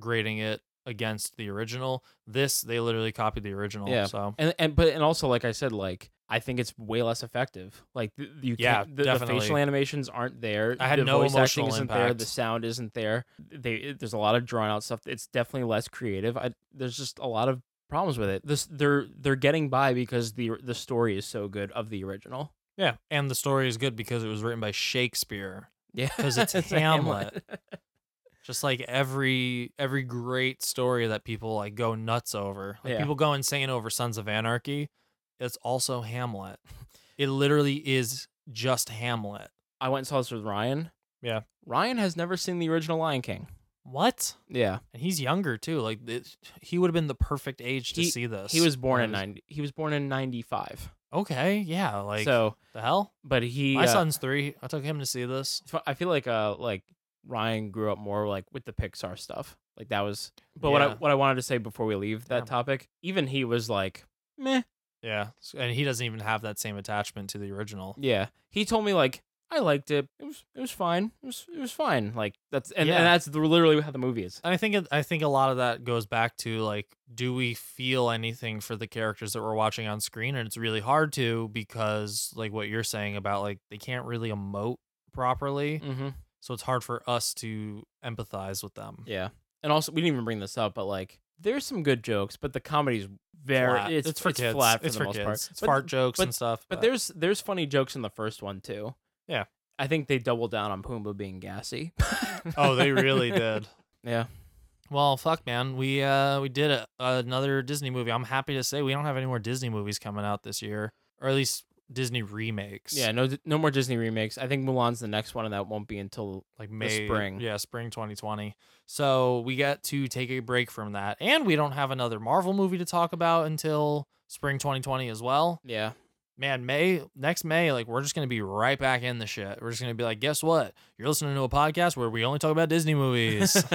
[SPEAKER 6] grading it against the original. This they literally copied the original.
[SPEAKER 7] Yeah.
[SPEAKER 6] So
[SPEAKER 7] And and but and also, like I said, like I think it's way less effective. Like th- you,
[SPEAKER 6] Yeah,
[SPEAKER 7] can't, the, the
[SPEAKER 6] definitely.
[SPEAKER 7] facial animations aren't there.
[SPEAKER 6] I had
[SPEAKER 7] the
[SPEAKER 6] no
[SPEAKER 7] voice acting
[SPEAKER 6] emotional
[SPEAKER 7] isn't there. The
[SPEAKER 6] impact.
[SPEAKER 7] sound isn't there. They it- there's a lot of drawn out stuff. It's definitely less creative. I there's just a lot of problems with it. This they're they're getting by because the the story is so good of the original.
[SPEAKER 6] yeah, and the story is good because it was written by Shakespeare.
[SPEAKER 7] [LAUGHS] Yeah,
[SPEAKER 6] 'Cause it's
[SPEAKER 7] a
[SPEAKER 6] Hamlet. Just like every every great story that people like go nuts over, like
[SPEAKER 7] Yeah.
[SPEAKER 6] people go insane over Sons of Anarchy. It's also Hamlet. [LAUGHS] It literally is just Hamlet.
[SPEAKER 7] I went and saw this with Ryan.
[SPEAKER 6] Yeah.
[SPEAKER 7] Ryan has never seen the original Lion King.
[SPEAKER 6] What?
[SPEAKER 7] Yeah.
[SPEAKER 6] And he's younger too. Like it, he would have been the perfect age to
[SPEAKER 7] He-
[SPEAKER 6] see this.
[SPEAKER 7] He was born in
[SPEAKER 6] That was-
[SPEAKER 7] 90 he was born in 95.
[SPEAKER 6] Okay, yeah. Like
[SPEAKER 7] so,
[SPEAKER 6] the hell.
[SPEAKER 7] but he
[SPEAKER 6] My
[SPEAKER 7] uh,
[SPEAKER 6] son's three. I took him to see this.
[SPEAKER 7] it's fu- I feel like uh like Ryan grew up more like with the Pixar stuff. Like that was But what I
[SPEAKER 6] Yeah.
[SPEAKER 7] what I wanted to say before we leave that
[SPEAKER 6] Yeah.
[SPEAKER 7] topic, even he was like meh.
[SPEAKER 6] Yeah, s- and he doesn't even have that same attachment to the original.
[SPEAKER 7] Yeah. He told me like I liked it. It was it was fine. It was it was fine. Like that's and,
[SPEAKER 6] Yeah.
[SPEAKER 7] and that's the, literally how the movie
[SPEAKER 6] [LAUGHS]
[SPEAKER 7] is.
[SPEAKER 6] And I think it- I think a lot of that goes back to like, do we feel anything for the characters that we're watching on screen? And it's really hard to because like what you're saying about like they can't really emote properly,
[SPEAKER 7] Mhm.
[SPEAKER 6] so it's hard for us to empathize with them.
[SPEAKER 7] Yeah. And also, we didn't even bring this up, but like, there's some good jokes, but the comedy's very
[SPEAKER 6] Flat.
[SPEAKER 7] It's,
[SPEAKER 6] for kids.
[SPEAKER 7] flat for
[SPEAKER 6] it's
[SPEAKER 7] the
[SPEAKER 6] for
[SPEAKER 7] most
[SPEAKER 6] kids.
[SPEAKER 7] part.
[SPEAKER 6] It's
[SPEAKER 7] but,
[SPEAKER 6] fart jokes
[SPEAKER 7] but-
[SPEAKER 6] and stuff.
[SPEAKER 7] But there's there's funny jokes in the first one too.
[SPEAKER 6] Yeah.
[SPEAKER 7] I think they doubled down on Pumbaa being gassy. [LAUGHS]
[SPEAKER 6] oh, they really did.
[SPEAKER 7] yeah.
[SPEAKER 6] Well, fuck, man. We uh we did a, another Disney movie. I'm happy to say we don't have any more Disney movies coming out this year, or at least Disney remakes.
[SPEAKER 7] Yeah. No no more Disney remakes. I think Mulan's the next one, and that won't be until
[SPEAKER 6] like May
[SPEAKER 7] spring.
[SPEAKER 6] Yeah, spring 2020. So we got to take a break from that, and we don't have another Marvel movie to talk about until spring 2020 as well.
[SPEAKER 7] yeah.
[SPEAKER 6] Man, May next May, like we're just gonna be right back in the shit. We're just gonna be like, guess what? You're listening to a podcast where we only talk about Disney movies.
[SPEAKER 7] [LAUGHS]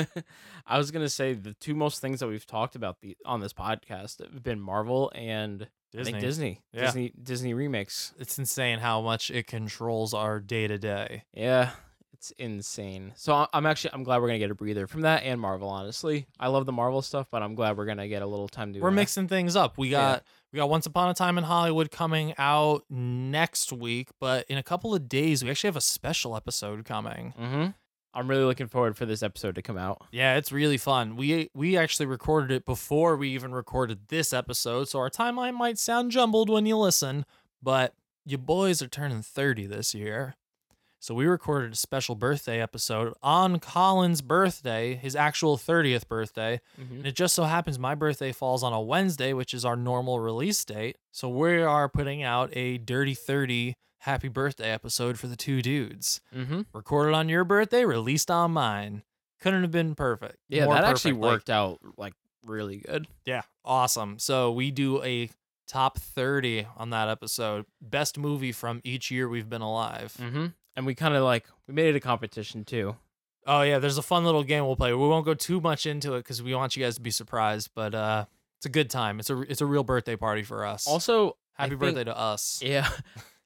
[SPEAKER 7] I was gonna say the two most things that we've talked about the on this podcast have been Marvel and I think
[SPEAKER 6] Disney.
[SPEAKER 7] Disney.
[SPEAKER 6] Yeah.
[SPEAKER 7] Disney Disney remakes.
[SPEAKER 6] it's insane how much it controls our day to day.
[SPEAKER 7] Yeah, it's insane. So I- I'm actually I'm glad we're gonna get a breather from that and Marvel. Honestly, I love the Marvel stuff, but I'm glad we're gonna get a little time to.
[SPEAKER 6] we're
[SPEAKER 7] uh,
[SPEAKER 6] mixing things up. We
[SPEAKER 7] Yeah.
[SPEAKER 6] got we got Once Upon a Time in Hollywood coming out next week, but in a couple of days we actually have a special episode coming.
[SPEAKER 7] Mhm. I'm really looking forward for this episode to come out.
[SPEAKER 6] Yeah, it's really fun. We we actually recorded it before we even recorded this episode, so our timeline might sound jumbled when you listen, but you boys are turning 30 this year. So we recorded a special birthday episode on Colin's birthday, his actual 30th birthday. And it just so happens my birthday falls on a Wednesday, which is our normal release date. So we are putting out a Dirty 30 happy birthday episode for the two dudes.
[SPEAKER 7] Mm-hmm.
[SPEAKER 6] Recorded on your birthday, released on mine. Couldn't have been perfect.
[SPEAKER 7] Yeah,
[SPEAKER 6] More
[SPEAKER 7] that actually
[SPEAKER 6] perfect, like,
[SPEAKER 7] worked out like really good.
[SPEAKER 6] yeah, awesome. So we do a top 30 on that episode. Best movie from each year we've been alive.
[SPEAKER 7] Mm-hmm. And we kind of like we made it a competition too.
[SPEAKER 6] Oh yeah, there's a fun little game we'll play. We won't go too much into it because we want you guys to be surprised. But uh, it's a good time. It's a it's a real birthday party for us.
[SPEAKER 7] Also, I
[SPEAKER 6] happy
[SPEAKER 7] think-
[SPEAKER 6] birthday to us.
[SPEAKER 7] [LAUGHS] Yeah.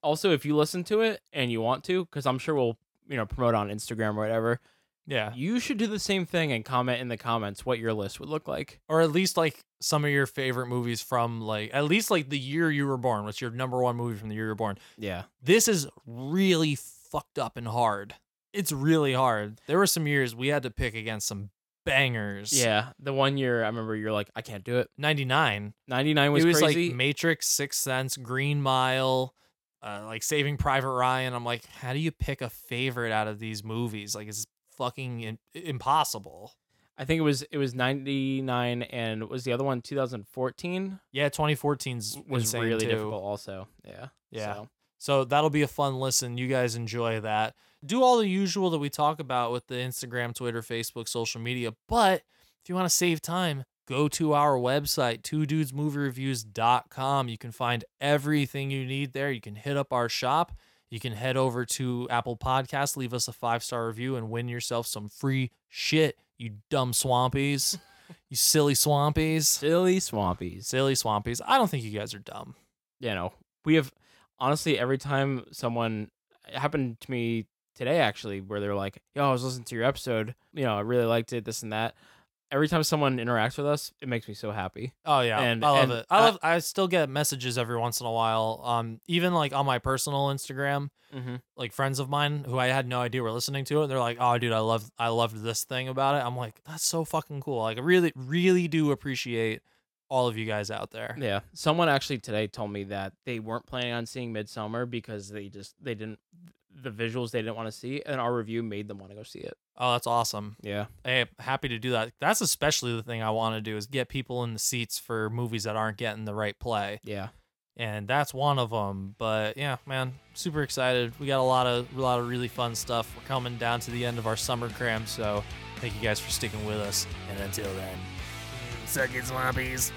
[SPEAKER 7] Also, if you listen to it and you want to, because I'm sure we'll you know promote on Instagram or whatever,
[SPEAKER 6] yeah,
[SPEAKER 7] you should do the same thing and comment in the comments what your list would look like.
[SPEAKER 6] or at least like some of your favorite movies from like at least like the year you were born. What's your number one movie from the year you were born?
[SPEAKER 7] Yeah.
[SPEAKER 6] This is really fucked up and hard. It's really hard. There were some years we had to pick against some bangers.
[SPEAKER 7] Yeah. The one year I remember you're like, I can't do it.
[SPEAKER 6] ninety nine.
[SPEAKER 7] 99 was,
[SPEAKER 6] it was
[SPEAKER 7] crazy.
[SPEAKER 6] like Matrix, Sixth Sense, Green Mile, uh, like Saving Private Ryan. I'm like, how do you pick a favorite out of these movies? Like, it's fucking in- impossible.
[SPEAKER 7] I think it was it was 99 and what was the other one 2014
[SPEAKER 6] Yeah, 2014's
[SPEAKER 7] was
[SPEAKER 6] insane
[SPEAKER 7] really
[SPEAKER 6] too.
[SPEAKER 7] difficult also. Yeah.
[SPEAKER 6] Yeah.
[SPEAKER 7] So,
[SPEAKER 6] So that'll be a fun listen. You guys enjoy that. Do all the usual that we talk about with the Instagram, Twitter, Facebook, social media. But if you want to save time, go to our website, two dudesmoviereviews.com. You can find everything you need there. You can hit up our shop. You can head over to Apple Podcasts, leave us a five star review, and win yourself some free shit, you dumb swampies. you silly swampies.
[SPEAKER 7] silly swampies.
[SPEAKER 6] Silly swampies. I don't think you guys are dumb.
[SPEAKER 7] you know, we have honestly every time someone it happened to me today actually where they're like, "Yo, I was listening to your episode. You know, I really liked it. This and that." Every time someone interacts with us, it makes me so happy.
[SPEAKER 6] Oh yeah,
[SPEAKER 7] And-
[SPEAKER 6] I love
[SPEAKER 7] and
[SPEAKER 6] it. I
[SPEAKER 7] I-
[SPEAKER 6] love. I still get messages every once in a while. Um, even like on my personal Instagram,
[SPEAKER 7] Mm-hmm.
[SPEAKER 6] like friends of mine who I had no idea were listening to it, they're like, "Oh, dude, I love, I loved this thing about it." I'm like, "That's so fucking cool." Like, I really, really do appreciate all of you guys out there.
[SPEAKER 7] Yeah. Someone actually today told me that they weren't planning on seeing Midsummer because they just they didn't the visuals they didn't want to see, and our review made them want to go see it.
[SPEAKER 6] Oh, that's awesome.
[SPEAKER 7] Yeah.
[SPEAKER 6] Hey, happy to do that. That's especially the thing I want to do is get people in the seats for movies that aren't getting the right play.
[SPEAKER 7] Yeah.
[SPEAKER 6] and that's one of them. But yeah, man, super excited. We got a lot of a lot of really fun stuff. We're coming down to the end of our summer cram, so thank you guys for sticking with us. And until then, suck it, swampies.